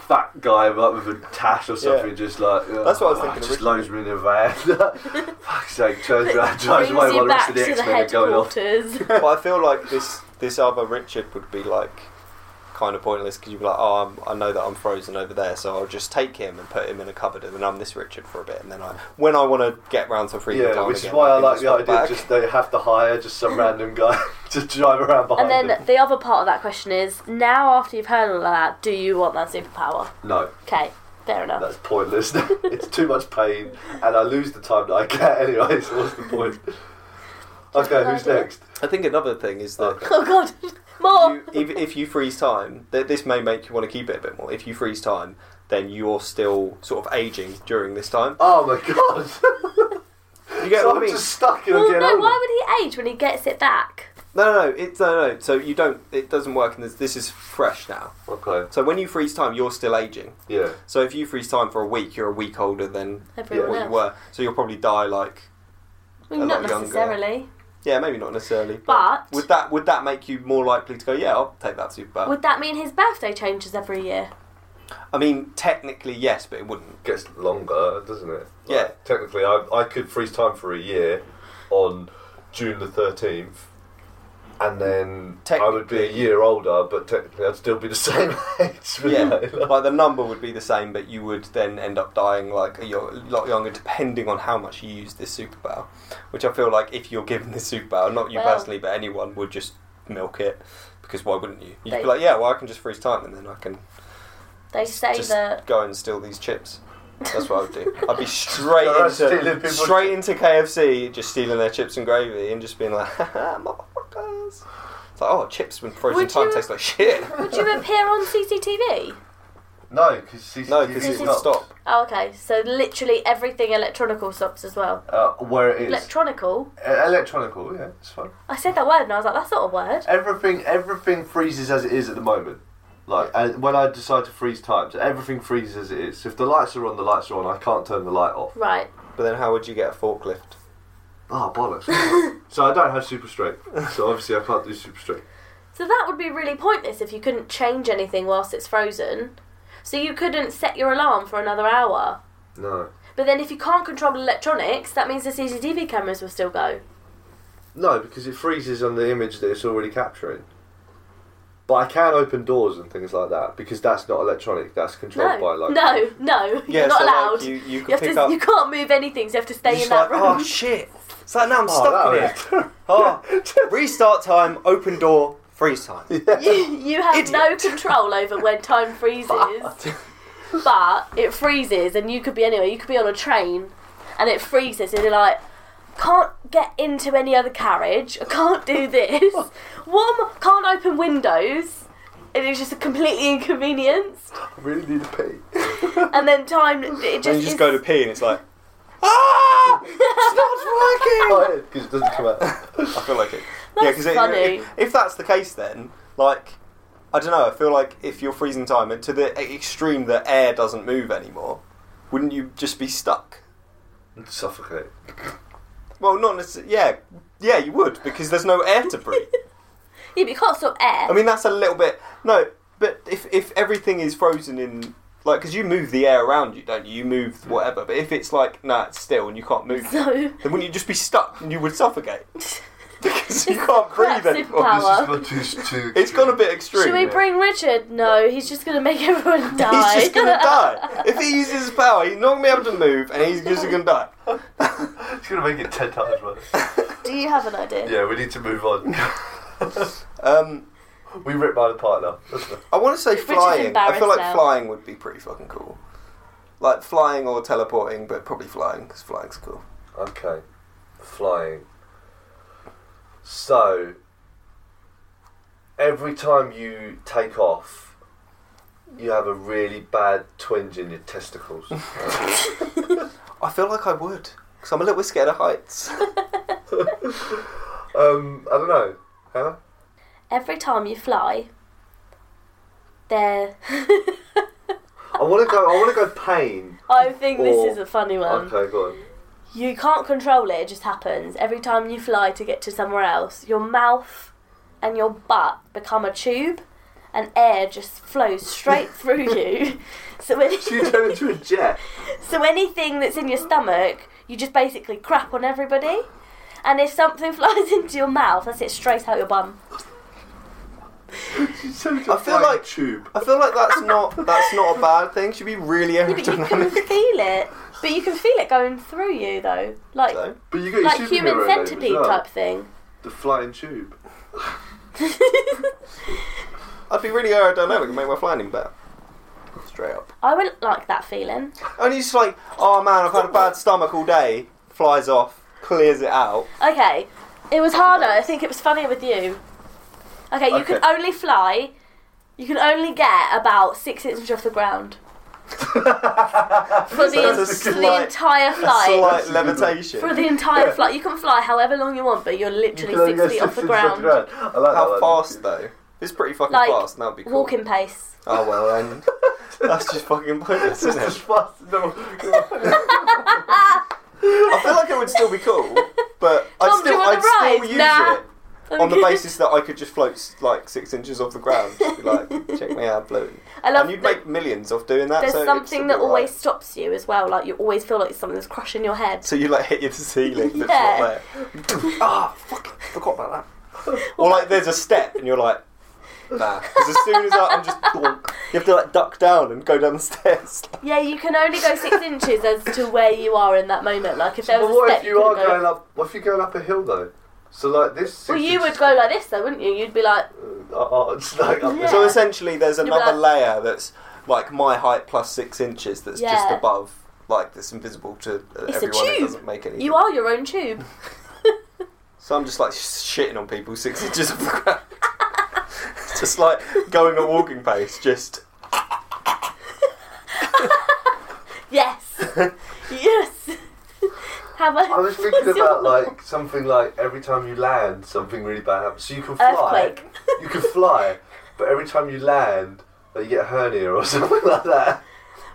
Speaker 4: fat guy like, with a tash or something, just like yeah,
Speaker 3: That's what I was
Speaker 4: ah,
Speaker 3: thinking
Speaker 4: Just loads me in a van. Fuck's sake, turns around, drives
Speaker 2: Brings
Speaker 4: away while
Speaker 2: you
Speaker 4: the rest
Speaker 2: back
Speaker 4: of the
Speaker 2: to
Speaker 4: X
Speaker 2: the
Speaker 4: Men are going off.
Speaker 2: headquarters.
Speaker 3: but I feel like this this other Richard would be like kind of pointless because you'd be like, "Oh, I'm, I know that I'm frozen over there, so I'll just take him and put him in a cupboard, and then I'm this Richard for a bit, and then I when I want to get round to freedom
Speaker 4: Yeah,
Speaker 3: time
Speaker 4: which is
Speaker 3: again,
Speaker 4: why I
Speaker 3: can
Speaker 4: like
Speaker 3: just
Speaker 4: the
Speaker 3: walk
Speaker 4: idea.
Speaker 3: back.
Speaker 4: Just they have to hire just some random guy to drive around behind
Speaker 2: And then
Speaker 4: them.
Speaker 2: the other part of that question is: now, after you've heard all of that, do you want that superpower?
Speaker 4: No,
Speaker 2: Okay, fair enough.
Speaker 4: that's pointless. it's too much pain, and I lose the time that I get anyway. So what's the point? Okay,
Speaker 2: an
Speaker 4: who's
Speaker 2: idea.
Speaker 4: next?
Speaker 3: I think another thing is that
Speaker 4: Okay.
Speaker 2: Oh God, more.
Speaker 4: Oh.
Speaker 3: you, if, if you freeze time, th- this may make you want to keep it a bit more. If you freeze time, then you're still sort of aging during this time.
Speaker 4: Oh my god!
Speaker 3: You get
Speaker 4: Oh, so
Speaker 3: what
Speaker 4: I'm
Speaker 3: I mean?
Speaker 4: just stuck in
Speaker 2: Well,
Speaker 4: again.
Speaker 2: no, why would he age when he gets it back?
Speaker 3: No, no, no, it's no, no. So you don't. It doesn't work. And this, this is fresh now.
Speaker 4: Okay,
Speaker 3: So when you freeze time, you're still aging.
Speaker 4: yeah.
Speaker 3: So if you freeze time for a week, you're a week older than
Speaker 2: Everyone
Speaker 3: what
Speaker 2: else.
Speaker 3: you were. So you'll probably die like
Speaker 2: Well,
Speaker 3: a
Speaker 2: not
Speaker 3: lot younger.
Speaker 2: necessarily,
Speaker 3: yeah, maybe not necessarily.
Speaker 2: but
Speaker 3: would that would that make you more likely to go? Yeah, I'll take that super.
Speaker 2: would that mean his birthday changes every year?
Speaker 3: I mean, technically yes, but it wouldn't.
Speaker 4: Gets longer, doesn't it? Like,
Speaker 3: Yeah.
Speaker 4: Technically, I, I could freeze time for a year on June the thirteenth, and then I would be a
Speaker 3: Technically-
Speaker 4: year older, but technically I'd still be the same age.
Speaker 3: Yeah,
Speaker 4: wouldn't I? Like-
Speaker 3: like the number would be the same, but you would then end up dying like a yo- lot younger, depending on how much you use this superpower. Which I feel like if you're given this superpower, not you
Speaker 2: Well-
Speaker 3: personally, but anyone would just milk it because why wouldn't you? You'd
Speaker 2: They-
Speaker 3: be like, yeah, well, I can just freeze time and then I can
Speaker 2: They say
Speaker 3: just
Speaker 2: that.
Speaker 3: go and steal these chips. That's what I would do. I'd be straight
Speaker 4: Go around stealing
Speaker 3: into
Speaker 4: people's
Speaker 3: straight into KFC, just stealing their chips and gravy, and just being like, "Haha, motherfuckers!" It's like, oh, chips when frozen
Speaker 2: Would
Speaker 3: time
Speaker 2: you-
Speaker 3: tastes like shit.
Speaker 2: Would you appear on CCTV?
Speaker 4: No, because
Speaker 3: No, because
Speaker 2: This
Speaker 3: it's
Speaker 2: is-
Speaker 3: not stop.
Speaker 2: Oh, okay. So literally everything electronical stops as well.
Speaker 4: Uh, where it is.
Speaker 2: Electronical.
Speaker 4: E- electronical, yeah, it's fine.
Speaker 2: I said that word and I was like, that's not a word.
Speaker 4: Everything, everything freezes as it is at the moment. Like and when I decide to freeze time, so everything freezes as it is. So if the lights are on, the lights are on. I can't turn the light off.
Speaker 2: Right.
Speaker 3: But then, how would you get a forklift?
Speaker 4: Oh bollocks! so I don't have super strength. So obviously I can't do super strength.
Speaker 2: So that would be really pointless if you couldn't change anything whilst it's frozen. So you couldn't set your alarm for another hour.
Speaker 4: No.
Speaker 2: But then if you can't control electronics, that means the CCTV cameras will still go.
Speaker 4: No, because it freezes on the image that it's already capturing. But I can open doors and things like that because that's not electronic. That's controlled
Speaker 2: No,
Speaker 4: by like
Speaker 2: no, no,
Speaker 3: Yeah,
Speaker 2: you're not
Speaker 3: so
Speaker 2: allowed.
Speaker 3: Like, you you
Speaker 2: you,
Speaker 3: can
Speaker 2: have
Speaker 3: pick
Speaker 2: to,
Speaker 3: up.
Speaker 2: you can't move anything, so you have to stay in
Speaker 3: just like,
Speaker 2: that room.
Speaker 3: oh shit! It's like now I'm stuck in here.
Speaker 4: Oh, that
Speaker 3: Oh, restart time. Open door. Freeze time.
Speaker 2: you, you have no
Speaker 3: Idiot.
Speaker 2: control over when time freezes, but it freezes, and you could be anywhere. You could be on a train, and it freezes, and you're like, can't get into any other carriage. I can't do this. One can't open windows. It is just a completely inconvenience,
Speaker 4: I really need to pee.
Speaker 2: and then time it just,
Speaker 3: Then you
Speaker 2: is-
Speaker 3: just go to pee and it's like, ah, it's not working.
Speaker 4: Because it doesn't come out.
Speaker 3: I feel like it. yeah,
Speaker 2: That's
Speaker 3: because it,
Speaker 2: funny.
Speaker 3: if, if that's the case, then like, I don't know. I feel like if you're freezing time and to the extreme that air doesn't move anymore, wouldn't you just be stuck?
Speaker 4: Suffocate.
Speaker 3: Well, not necessarily. Yeah, yeah, you would because there's no air to breathe.
Speaker 2: yeah, but you can't stop air.
Speaker 3: I mean, that's a little bit no, but if if everything is frozen in. Like, because you move the air around you, don't you? You
Speaker 2: Mm.
Speaker 3: move whatever. But if it's like, nah, it's still and you can't move, then
Speaker 2: so
Speaker 3: wouldn't you just be stuck and you would suffocate? Because you
Speaker 2: It's
Speaker 3: can't breathe
Speaker 2: crap
Speaker 3: anymore.
Speaker 2: superpower. Power.
Speaker 4: This is much too.
Speaker 3: It's gone a bit extreme.
Speaker 2: should we bring Richard? No, he's just gonna make everyone die.
Speaker 3: He's just gonna die. If he uses his power, he's not gonna be able to move, and he's just gonna die.
Speaker 4: It's gonna make it ten times worse.
Speaker 2: Do you have an idea?
Speaker 4: yeah, we need to move on.
Speaker 3: Um,
Speaker 4: we ripped mine apart now.
Speaker 3: I want to say
Speaker 2: Which is
Speaker 3: flying. I feel like
Speaker 2: embarrassed now.
Speaker 3: flying would be pretty fucking cool. Like flying or teleporting, but probably flying because flying's cool.
Speaker 4: Okay, flying. So, every time you take off, you have a really bad twinge in your testicles.
Speaker 3: I feel like I would because I'm a little bit scared of heights.
Speaker 4: um, I don't know, Hannah.
Speaker 2: Every time you fly, there.
Speaker 4: I want to go. I want to go pain.
Speaker 2: I think
Speaker 4: Or-
Speaker 2: this is a funny one.
Speaker 4: Okay, go on.
Speaker 2: You can't control it, it just happens. Every time you fly to get to somewhere else, your mouth and your butt become a tube and air just flows straight through you. So, any,
Speaker 4: Should you turn into a jet?
Speaker 2: so anything that's in your stomach, you just basically crap on everybody. And if something flies into your mouth, that's it straight out your bum.
Speaker 4: You turn into
Speaker 3: I
Speaker 4: a
Speaker 3: feel
Speaker 4: flying
Speaker 3: like-
Speaker 4: tube.
Speaker 3: I feel like that's not that's not a bad thing. Should be really
Speaker 2: Yeah, but you can
Speaker 3: aerodynamic.
Speaker 2: feel it. But you can feel it going through you though. Like
Speaker 3: So,
Speaker 4: But you got
Speaker 2: like
Speaker 4: your
Speaker 2: human
Speaker 4: superhero name as
Speaker 2: centipede
Speaker 4: well.
Speaker 2: type thing.
Speaker 4: The flying tube.
Speaker 3: I'd be really aerodynamic and make my flying better. Straight up.
Speaker 2: I would like that feeling.
Speaker 3: And he's like, oh man, I've had a bad stomach all day. Flies off, clears it out.
Speaker 2: Okay, it was harder. I think it was funnier with you. Okay, you can
Speaker 4: Okay.
Speaker 2: only fly. You can only get about six inches off the ground for the,
Speaker 3: That's a
Speaker 2: for the
Speaker 3: slight-
Speaker 2: entire
Speaker 3: So
Speaker 2: flight.
Speaker 3: like levitation.
Speaker 2: For the entire flight, you can fly however long you want, but you're
Speaker 4: You
Speaker 2: literally
Speaker 4: can only
Speaker 2: six
Speaker 4: go
Speaker 2: feet off the
Speaker 4: six inches
Speaker 2: ground,
Speaker 4: I like
Speaker 3: How
Speaker 4: that one.
Speaker 3: fast though? It's pretty fucking
Speaker 2: Like,
Speaker 3: fast. That'd be cool.
Speaker 2: walking pace.
Speaker 3: Oh well then. That's just fucking pointless,
Speaker 4: It's
Speaker 3: isn't
Speaker 4: just
Speaker 3: it?
Speaker 4: fast. No.
Speaker 3: I feel like it would still be cool, but I'd
Speaker 2: Tom, do you
Speaker 3: still,
Speaker 2: want
Speaker 3: I'd
Speaker 2: the
Speaker 3: still
Speaker 2: ride?
Speaker 3: use
Speaker 2: Nah.
Speaker 3: it on the basis that I could just float like six inches off the ground. Just be like, check me out, floating.
Speaker 2: I love
Speaker 3: And you'd
Speaker 2: that
Speaker 3: make millions off doing that.
Speaker 2: There's
Speaker 3: so it'd still
Speaker 2: something
Speaker 3: be
Speaker 2: that
Speaker 3: alright.
Speaker 2: always stops you as well. Like you always feel like something's crushing your head.
Speaker 3: So you like hit your ceiling that's
Speaker 2: Yeah.
Speaker 3: not there. Ah, fuck! Forgot about that. Or like there's a step and you're like, nah. Because as soon as I, I'm just, bonk. you have to like duck down and go down the stairs.
Speaker 2: Yeah, you can only go six inches as to where you are in that moment. Like if there
Speaker 4: But
Speaker 2: was a
Speaker 4: what
Speaker 2: step,
Speaker 4: if you are
Speaker 2: couldn't go.
Speaker 4: going up? What if you're going up a hill though? So like this.
Speaker 2: Well, you would go like this though, wouldn't you? You'd be like,
Speaker 4: Uh, uh, it's like up
Speaker 2: Yeah.
Speaker 4: this.
Speaker 3: So essentially, there's
Speaker 2: be
Speaker 3: another layer that's like my height plus six inches that's just
Speaker 2: Yeah.
Speaker 3: above, like that's invisible to uh,
Speaker 2: It's a
Speaker 3: everyone. It
Speaker 2: tube.
Speaker 3: doesn't make any.
Speaker 2: you are your own tube.
Speaker 3: So I'm just like shitting on people six inches off the ground. just like going at walking pace, just
Speaker 2: Yes. yes. How much?
Speaker 4: I was thinking about like something like every time you land, something really bad happens. So you can fly.
Speaker 2: Earthquake.
Speaker 4: You can fly, but every time you land, like, you get a hernia or something like that.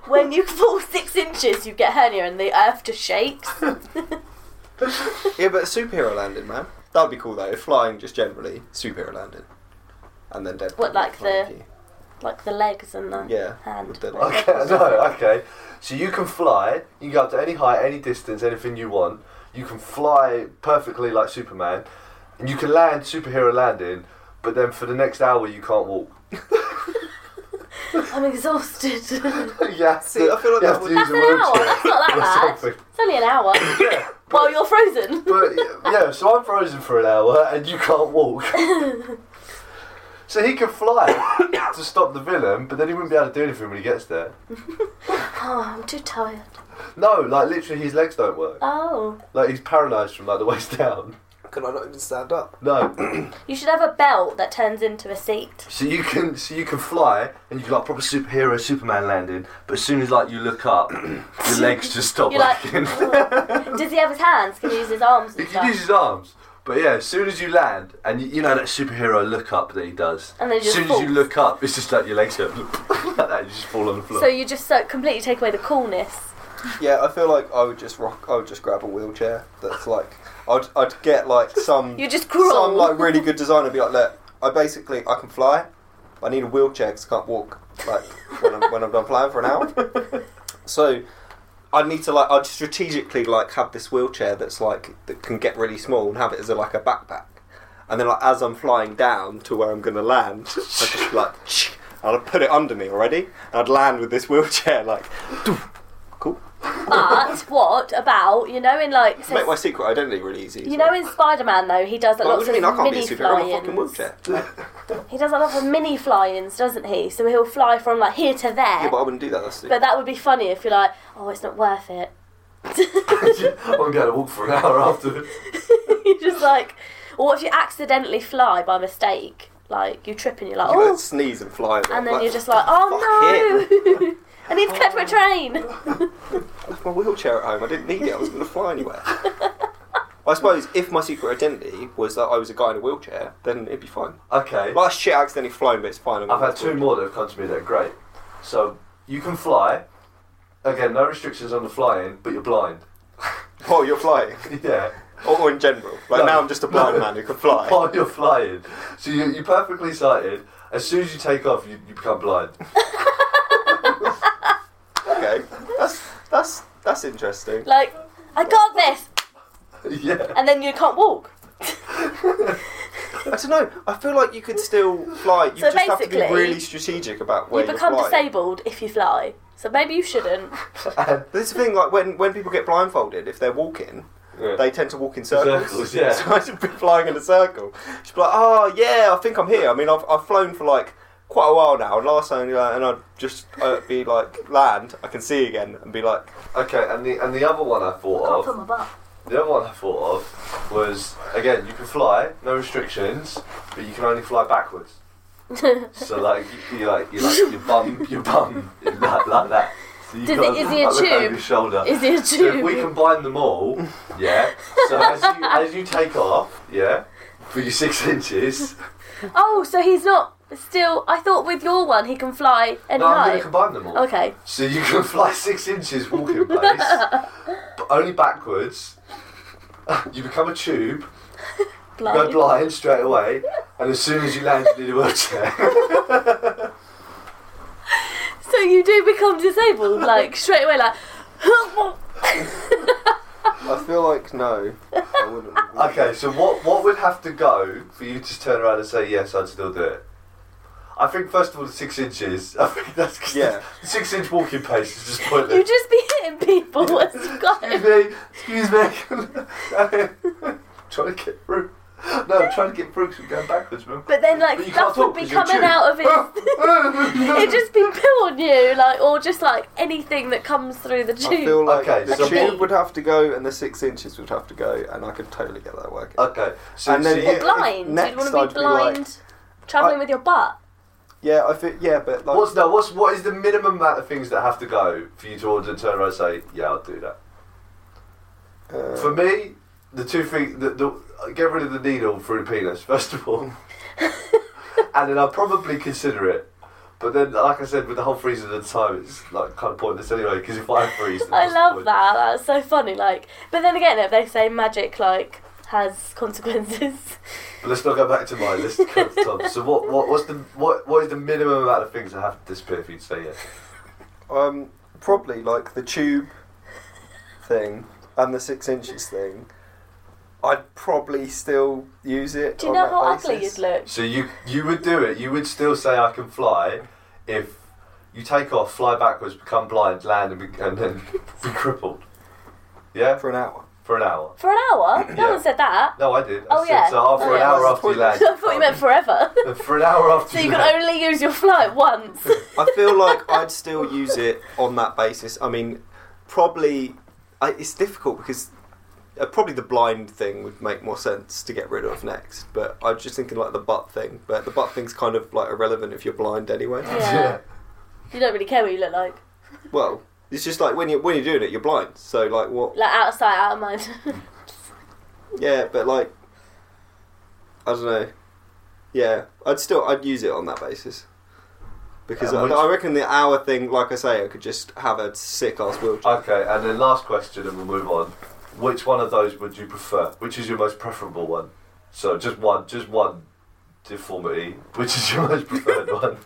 Speaker 2: When you fall six inches, you get hernia and the earth just shakes.
Speaker 3: yeah, but superhero landing, man. That'd be cool though. Flying just generally, superhero landing, and then dead.
Speaker 2: What, like the- like the legs and the
Speaker 3: Yeah.
Speaker 2: hand.
Speaker 3: With the leg.
Speaker 4: Okay, no, okay. So you can fly. You can go up to any height, any distance, anything you want. You can fly perfectly like Superman, and you can land superhero landing. But then for the next hour, you can't walk.
Speaker 2: I'm exhausted. that's an
Speaker 4: yeah,
Speaker 3: See, I feel
Speaker 4: you
Speaker 3: like that
Speaker 4: have to
Speaker 3: would-
Speaker 4: use a
Speaker 2: hour.
Speaker 4: wheelchair
Speaker 2: That's not
Speaker 4: or
Speaker 2: that bad.
Speaker 4: something.
Speaker 2: It's only an hour.
Speaker 4: Yeah,
Speaker 2: While you're frozen.
Speaker 4: but yeah, so I'm frozen for an hour, and you can't walk. so he can fly to stop the villain, but then he wouldn't be able to do anything when he gets there.
Speaker 2: Oh, I'm too tired.
Speaker 4: No, like literally, his legs don't work.
Speaker 2: Oh,
Speaker 4: Like he's paralysed from like the waist down.
Speaker 3: Can I not even stand up?
Speaker 4: No,
Speaker 2: you should have a belt that turns into a seat.
Speaker 4: So you can so you can fly and you can like proper superhero Superman landing, but as soon as like you look up, your legs just stop
Speaker 2: You're like,
Speaker 4: working.
Speaker 2: "Oh." does he have his hands? Can he use his arms
Speaker 4: he
Speaker 2: and
Speaker 4: can
Speaker 2: stuff?
Speaker 4: use his arms, but yeah, as soon as you land and you, you know that superhero look up that he does,
Speaker 2: And then he
Speaker 4: as
Speaker 2: just
Speaker 4: soon as you
Speaker 2: falls.
Speaker 4: look up, it's just like your legs go like that, you just fall on the floor.
Speaker 2: So you just so completely take away the coolness.
Speaker 3: Yeah, I feel like I would just rock. I would just grab a wheelchair. That's like I'd I'd get like some
Speaker 2: You just crawl.
Speaker 3: some like really good designer. and Be like, look, I basically I can fly. I need a wheelchair because I can't walk. Like when I'm when I'm done flying for an hour. So I need to like I'd strategically like have this wheelchair that's like that can get really small and have it as a, like a backpack. And then like as I'm flying down to where I'm gonna land, I just like. and I'd put it under me already, and I'd land with this wheelchair like, cool.
Speaker 2: But what about you know in like so
Speaker 3: Make my secret identity really easy.
Speaker 2: you know in Spider Man though he does a
Speaker 3: Like,
Speaker 2: lot
Speaker 3: what
Speaker 2: of
Speaker 3: do you mean I can't be a
Speaker 2: mini
Speaker 3: superhero? I'm a
Speaker 2: fly
Speaker 3: fucking
Speaker 2: ins.
Speaker 3: wheelchair.
Speaker 2: He does a lot of mini fly ins, doesn't he? So he'll fly from like here to there.
Speaker 3: Yeah, but
Speaker 2: but,
Speaker 3: I wouldn't do that. That's stupid.
Speaker 2: that would be funny if you're like, oh, it's not worth it.
Speaker 4: I'm going to walk for an hour afterwards.
Speaker 2: you're just like, or what if you accidentally fly by mistake? Like you trip and you're like,
Speaker 3: You
Speaker 2: oh,
Speaker 3: like sneeze and fly.
Speaker 2: and then you're just like, oh no, I need to catch my train.
Speaker 3: I left my wheelchair at home. I didn't need it. I was going to fly anywhere. I suppose if my secret identity was that I was a guy in a wheelchair, then it'd be fine.
Speaker 4: Okay,
Speaker 3: Last shit, I accidentally flown, but it's fine. I'm
Speaker 4: I've had two more that have come to me that are great. So you can fly. Again, no restrictions on the flying, but you're blind.
Speaker 3: Oh, you're flying,
Speaker 4: Yeah.
Speaker 3: or, or in general. Like
Speaker 4: No.
Speaker 3: now, I'm just a blind man who can fly.
Speaker 4: while Oh, you're flying. So you, you're perfectly sighted. As soon as you take off, you, you become blind.
Speaker 3: Okay, that's that's that's interesting.
Speaker 2: Like, I got this,
Speaker 4: yeah.
Speaker 2: and then you can't walk.
Speaker 3: I don't know. I feel like you could still fly. You
Speaker 2: So
Speaker 3: just have to be
Speaker 2: basically,
Speaker 3: really strategic about where
Speaker 2: you become
Speaker 3: you're flying.
Speaker 2: disabled if you fly. So maybe you shouldn't.
Speaker 4: And,
Speaker 3: This is the thing, like when, when people get blindfolded, if they're walking,
Speaker 4: yeah.
Speaker 3: they tend to walk in circles.
Speaker 4: Circles, yeah.
Speaker 3: So I should be flying in a circle. She'd be like, oh, yeah, I think I'm here. I mean, I've, I've flown for like quite a while now, and last time, uh, and I'd just uh, be like, land, I can see again, and be like,
Speaker 4: Okay, and the, and the other one I thought of,
Speaker 2: butt.
Speaker 4: the other one I thought of was, again, you can fly, no restrictions, but you can only fly backwards. so like you, you like you like your bum your bum like, like that. So you
Speaker 2: Does it-
Speaker 4: gotta
Speaker 2: is he a
Speaker 4: look over
Speaker 2: tube?
Speaker 4: Your shoulder.
Speaker 2: Is it a
Speaker 4: So if we
Speaker 2: tube?
Speaker 4: combine them all, yeah. So as you, as you take off, yeah, for your six inches,
Speaker 2: Oh, so he's not still. I thought with your one he can fly any
Speaker 4: No, I'm going to
Speaker 2: height.
Speaker 4: combine them all.
Speaker 2: Okay.
Speaker 4: So you can fly six inches walking pace, but only backwards. You become a tube, go
Speaker 2: Blind.
Speaker 4: blind straight away, and as soon as you land, you need a wheelchair.
Speaker 2: So you do become disabled, like straight away, like.
Speaker 3: I feel like no, I wouldn't.
Speaker 4: okay, so what, what would have to go for you to just turn around and say, yes, I'd still do it? I think, first of all, the six inches, I think that's 'cause
Speaker 3: Yeah.
Speaker 4: the six inch walking pace is just
Speaker 2: you
Speaker 4: pointless.
Speaker 2: just be hitting people as you
Speaker 4: Excuse
Speaker 2: go.
Speaker 4: me, excuse me. trying to get through. No, I'm trying to get through 'cause we're going backwards, man.
Speaker 2: But then, like
Speaker 4: But you can't
Speaker 2: stuff
Speaker 4: talk
Speaker 2: would be
Speaker 4: 'cause you're
Speaker 2: coming
Speaker 4: chewing.
Speaker 2: out of his. It'd just be poo on you, like, or just like anything that comes through the tube.
Speaker 3: I feel like
Speaker 4: Okay,
Speaker 3: the
Speaker 4: so-
Speaker 3: tube would have to go, and the six inches would have to go, and I could totally get that working.
Speaker 4: Okay, so,
Speaker 3: And then
Speaker 4: so
Speaker 3: what-
Speaker 4: you-
Speaker 2: blind.
Speaker 3: Next,
Speaker 2: You'd want to
Speaker 3: I'd
Speaker 2: be
Speaker 3: be like-
Speaker 2: blind, traveling
Speaker 3: I-
Speaker 2: with your butt.
Speaker 3: yeah, I think. Yeah, but like,
Speaker 4: what's no, what's what is the minimum amount of things that have to go for you to order turn around and say, yeah, I'll do that.
Speaker 3: uh,
Speaker 4: For me, the two things, the, the, get rid of the needle through the penis first of all, and then I'll probably consider it. But then, like I said, with the whole freezing at the time, it's like kind of pointless anyway. Because if I freeze, then
Speaker 2: I
Speaker 4: what's the
Speaker 2: love
Speaker 4: point?
Speaker 2: that. That's so funny. Like, but then again, if they say magic, like has consequences.
Speaker 4: But let's not go back to my list, Tom. So what, what what's the what what is the minimum amount of things that have to disappear for you to say yes?
Speaker 3: Um, probably like the tube thing and the six inches thing. I'd probably still use it.
Speaker 2: Do you
Speaker 3: on
Speaker 2: know
Speaker 3: that
Speaker 2: how
Speaker 3: basis.
Speaker 2: ugly you'd look?
Speaker 4: So you you would do it. You would still say I can fly if you take off, fly backwards, become blind, land, and, be, and then be crippled. Yeah,
Speaker 3: For an hour.
Speaker 4: for an hour.
Speaker 2: For an hour? No
Speaker 4: Yeah.
Speaker 2: one said that.
Speaker 4: No, I did. I
Speaker 2: Oh,
Speaker 4: said,
Speaker 2: yeah.
Speaker 4: So after
Speaker 2: Oh,
Speaker 4: an
Speaker 2: yeah.
Speaker 4: hour after you
Speaker 2: I
Speaker 4: land,
Speaker 2: thought you meant forever.
Speaker 4: for an hour after
Speaker 2: so you
Speaker 4: you
Speaker 2: can
Speaker 4: land.
Speaker 2: only use your flight once.
Speaker 3: I feel like I'd still use it on that basis. I mean, probably I, it's difficult because uh, probably the blind thing would make more sense to get rid of next. But I was just thinking like the butt thing. But the butt thing's kind of like irrelevant if you're blind anyway.
Speaker 2: Yeah. you don't really care what you look like.
Speaker 3: Well, it's just like when you when you're doing it, you're blind. So like what?
Speaker 2: Like out of sight, out of mind.
Speaker 3: Yeah, but like I don't know. Yeah, I'd still I'd use it on that basis. Because
Speaker 4: Um,
Speaker 3: I,
Speaker 4: which-
Speaker 3: I reckon the hour thing, like I say, I could just have a sick ass wheelchair.
Speaker 4: Okay, and then last question, and we'll move on. Which one of those would you prefer? Which is your most preferable one? So just one, just one deformity. Which is your most preferred one?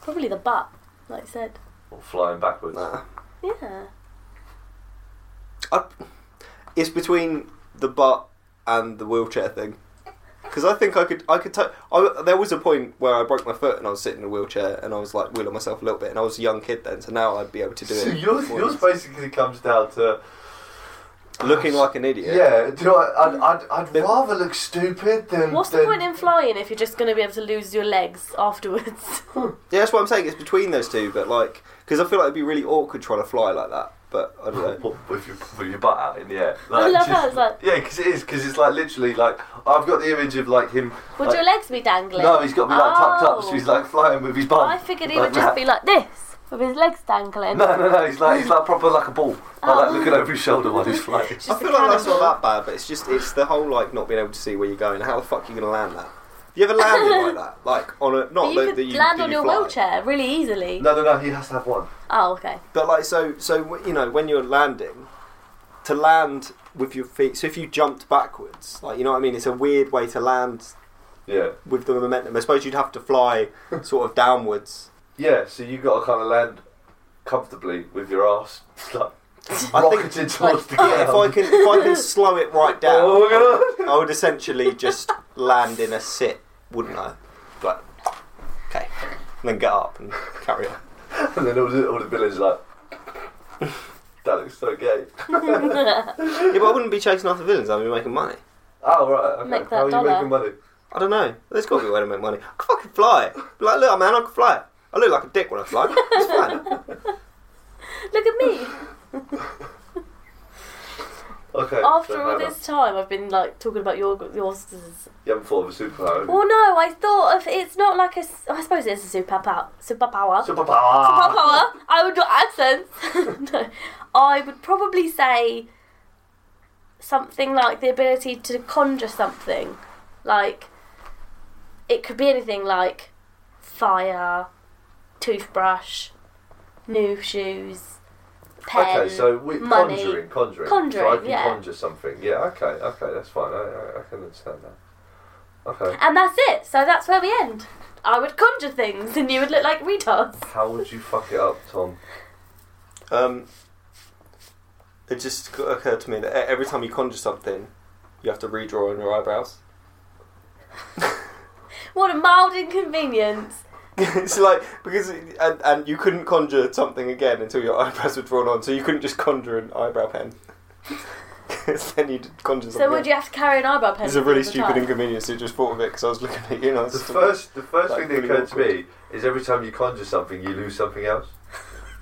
Speaker 2: Probably the butt, like I said.
Speaker 4: Or flying backwards?
Speaker 3: Nah.
Speaker 2: Yeah.
Speaker 3: I, it's between the butt and the wheelchair thing. Because I think I could, I could. ta- I- there was a point where I broke my foot and I was sitting in a wheelchair and I was like wheeling myself a little bit. And I was a young kid then, so now I'd be able to do it.
Speaker 4: So yours,
Speaker 3: more
Speaker 4: yours
Speaker 3: easily.
Speaker 4: basically comes down to
Speaker 3: looking like an idiot.
Speaker 4: yeah. Do you know what? I'd, I'd, I'd rather look stupid than.
Speaker 2: What's the
Speaker 4: than-
Speaker 2: point in flying if you're just going to be able to lose your legs afterwards?
Speaker 3: yeah, that's what I'm saying. It's between those two, but like, because I feel like it'd be really awkward trying to fly like that. But I don't know.
Speaker 4: What- with your, with your butt out in the air.
Speaker 2: I love
Speaker 4: just-
Speaker 2: how it's like-
Speaker 4: Yeah, because it is. Because it's like literally like I've got the image of like him.
Speaker 2: Would
Speaker 4: like-
Speaker 2: your legs be dangling?
Speaker 4: No, he's got me like tucked up, so
Speaker 2: Oh.
Speaker 4: he's like flying with his bum.
Speaker 2: I figured he
Speaker 4: like
Speaker 2: would just
Speaker 4: that.
Speaker 2: be like this, with his legs dangling.
Speaker 4: No, no, no. He's like he's like proper like a ball, like, like
Speaker 2: Oh.
Speaker 4: looking over his shoulder while he's flying.
Speaker 2: Just
Speaker 3: I
Speaker 2: a
Speaker 3: feel like that's not
Speaker 2: cannonball.
Speaker 3: that bad, but it's just it's the whole like not being able to see where you're going. How the fuck are you gonna land that? Have you ever landed like that? Like on a
Speaker 2: But
Speaker 3: not
Speaker 2: you
Speaker 3: that
Speaker 2: could
Speaker 3: that you
Speaker 2: land
Speaker 3: that
Speaker 2: on
Speaker 3: you
Speaker 2: your
Speaker 3: fly.
Speaker 2: wheelchair really easily.
Speaker 4: No, no, no. He has to have one.
Speaker 2: Oh, okay.
Speaker 3: But like so, so w- you know when you're landing, to land with your feet. So if you jumped backwards, like you know what I mean, it's a weird way to land
Speaker 4: Yeah,
Speaker 3: with the momentum. I suppose you'd have to fly sort of downwards.
Speaker 4: yeah. So you got to kind of land comfortably with your ass like
Speaker 3: I think-
Speaker 4: rocketed towards the ground.
Speaker 3: Yeah, if I can, if I can slow it right down,
Speaker 4: Oh my
Speaker 3: I would essentially just land in a sit, wouldn't I? Like, okay, and then get up and carry on.
Speaker 4: god! And then all the, all the villains like. That looks so gay.
Speaker 3: Yeah, but I wouldn't be chasing after villains. I'd be making money.
Speaker 4: Oh right, okay.
Speaker 2: Make that
Speaker 4: How are you
Speaker 2: dollar.
Speaker 4: making money?
Speaker 3: I don't know. There's got to be a way to make money. I can fucking fly. Like, look, man, I can fly. I look like a dick when I fly. It's fine.
Speaker 2: Look at me.
Speaker 4: Okay.
Speaker 2: After
Speaker 4: so
Speaker 2: all
Speaker 4: fair
Speaker 2: this time, I've been like talking about your yours.
Speaker 4: enough. you haven't thought of a superpower.
Speaker 2: Well, no, I thought of it's not like a. s- I suppose it's a superpower. Superpower.
Speaker 4: Superpower.
Speaker 2: Superpower. I would do accents. no, I would probably say something like the ability to conjure something, like it could be anything, like fire, toothbrush, new shoes, pen.
Speaker 4: Okay, so we,
Speaker 2: money.
Speaker 4: conjuring, conjuring,
Speaker 2: Conjuring,
Speaker 4: So I can
Speaker 2: yeah.
Speaker 4: conjure something. Yeah. Okay. Okay. That's fine. I, I, I can understand that. Okay.
Speaker 2: And that's it. So that's where we end. I would conjure things, and you would look like retards.
Speaker 4: How would you fuck it up, Tom?
Speaker 3: Um, it just c- occurred to me that e- every time you conjure something, you have to redraw on your eyebrows.
Speaker 2: What a mild inconvenience.
Speaker 3: it's like because it- and, and you couldn't conjure something again until your eyebrows were drawn on, so you couldn't just conjure an eyebrow pen. 'Cause then you'd conjure something.
Speaker 2: So would you have to carry an eyebrow pencil?
Speaker 3: It's a really
Speaker 2: all the
Speaker 3: stupid
Speaker 2: time?
Speaker 3: inconvenience. I just thought of it because I was looking at you. And I was
Speaker 4: The
Speaker 3: just-
Speaker 4: first, the first
Speaker 3: Like,
Speaker 4: thing that
Speaker 3: really
Speaker 4: occurred to me is every time you conjure something, you lose something else.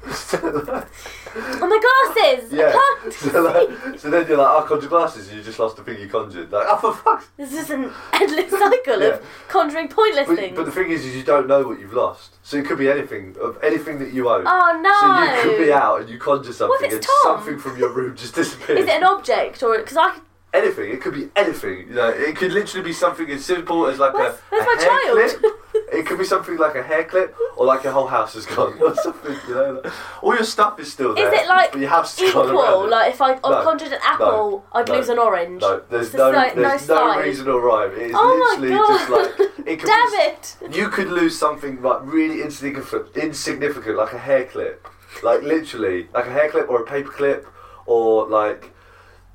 Speaker 2: Oh my glasses!
Speaker 4: yeah.
Speaker 2: I can't
Speaker 4: So, like, so then you're like, I conjure glasses, and you just lost the thing you conjured. Like, oh for fuck's
Speaker 2: This is an endless cycle
Speaker 4: Yeah.
Speaker 2: of conjuring pointless
Speaker 4: But,
Speaker 2: things.
Speaker 4: but the thing is, is you don't know what you've lost, so it could be anything of anything that you own.
Speaker 2: oh no!
Speaker 4: So you could be out and you conjure something,
Speaker 2: it's
Speaker 4: and
Speaker 2: Tom?
Speaker 4: something from your room just disappears.
Speaker 2: Is it an object or because I?
Speaker 4: anything? It could be anything. You know, it could literally be something as simple as like
Speaker 2: Where's,
Speaker 4: a.
Speaker 2: where's
Speaker 4: a
Speaker 2: my
Speaker 4: hair
Speaker 2: child?
Speaker 4: clip. It could be something like a hair clip, or like your whole house is gone, or something. You know, like, all your stuff is still there.
Speaker 2: Is it like
Speaker 4: but your house is gone around
Speaker 2: equal?
Speaker 4: it.
Speaker 2: Like if I, I
Speaker 4: No.
Speaker 2: conjured an apple, I'd
Speaker 4: No.
Speaker 2: lose an orange.
Speaker 4: no, there's
Speaker 2: It's
Speaker 4: no,
Speaker 2: like no
Speaker 4: there's no,
Speaker 2: side.
Speaker 4: reason or rhyme. It is
Speaker 2: Oh my
Speaker 4: literally just
Speaker 2: God.
Speaker 4: like it could
Speaker 2: Damn
Speaker 4: be,
Speaker 2: it!
Speaker 4: You could lose something like really insignificant, insignificant, like a hair clip, like literally, like a hair clip or a paper clip, or like,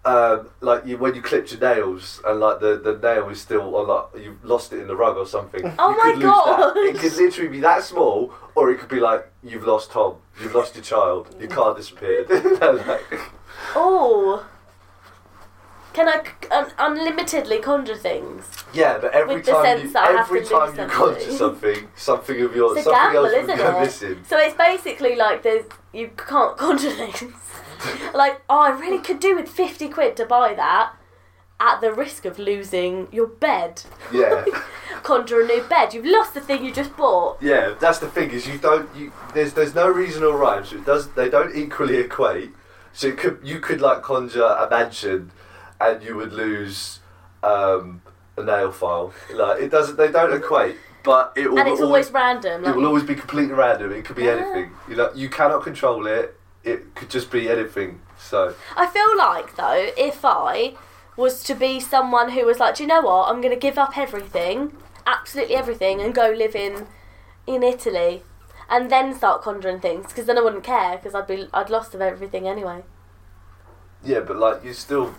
Speaker 4: um, like you when you clipped your nails and like the, the nail is still on like you lost it in the rug or something.
Speaker 2: Oh
Speaker 4: you
Speaker 2: my
Speaker 4: could lose that.
Speaker 2: God.
Speaker 4: It could literally be that small, or it could be like you've lost Tom, you've lost your child, your car disappeared. Like,
Speaker 2: Oh. Can I c- un- unlimitedly conjure things?
Speaker 4: yeah, but every
Speaker 2: With the
Speaker 4: time
Speaker 2: sense
Speaker 4: you,
Speaker 2: that I have
Speaker 4: every
Speaker 2: to
Speaker 4: time
Speaker 2: lose
Speaker 4: you conjure
Speaker 2: something.
Speaker 4: something, something of yours,
Speaker 2: It's a
Speaker 4: something
Speaker 2: gamble,
Speaker 4: else
Speaker 2: isn't
Speaker 4: would go
Speaker 2: it?
Speaker 4: missing.
Speaker 2: So it's basically like there's you can't conjure things. like oh, I really could do with fifty quid to buy that, at the risk of losing your bed.
Speaker 4: Yeah.
Speaker 2: Conjure a new bed. You've lost the thing you just bought.
Speaker 4: Yeah, that's the thing is you don't you there's there's no reason or rhyme, so it does they don't equally equate. So it could you could like conjure a mansion, and you would lose um, a nail file. Like it doesn't they don't equate, but it will
Speaker 2: and it's always, random.
Speaker 4: it
Speaker 2: Ah. Like,
Speaker 4: will always be completely random. It could be
Speaker 2: Yeah.
Speaker 4: anything. You know you cannot control it. It could just be anything. So
Speaker 2: I feel like though, if I was to be someone who was like, do you know what? I'm going to give up everything, absolutely everything, and go live in in Italy, and then start conjuring things because then I wouldn't care because I'd be I'd lost of everything anyway.
Speaker 4: yeah, but like you still,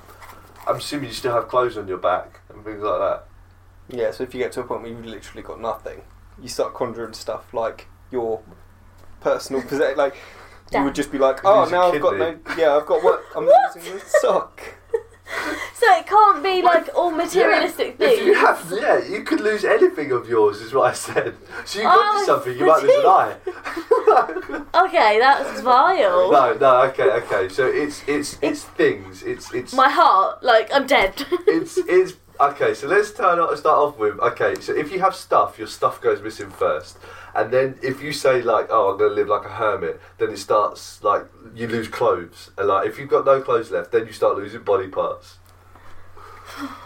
Speaker 4: I'm assuming you still have clothes on your back and things like that.
Speaker 3: Yeah, so if you get to a point where you've literally got nothing, you start conjuring stuff like your personal possession. Like you would just be like,
Speaker 4: You
Speaker 3: oh,
Speaker 4: lose your
Speaker 3: now I've got no.
Speaker 4: kidney."
Speaker 3: Yeah, I've got what I'm
Speaker 2: What?
Speaker 3: losing this sock.
Speaker 2: So it can't be
Speaker 4: Well,
Speaker 2: like all materialistic
Speaker 4: Yeah,
Speaker 2: things.
Speaker 4: If you have, yeah, you could lose anything of yours, is what I said. So you got
Speaker 2: Oh,
Speaker 4: to something, you
Speaker 2: the
Speaker 4: might lose an
Speaker 2: teeth.
Speaker 4: eye.
Speaker 2: Okay, that's vile.
Speaker 4: No, no, okay, okay. So it's it's it's things. It's it's
Speaker 2: My heart, like I'm dead.
Speaker 4: it's it's okay. So let's turn out start off with okay. So if you have stuff, your stuff goes missing first, and then if you say like, oh, I'm gonna live like a hermit, then it starts like you lose clothes, and like if you've got no clothes left, then you start losing body parts.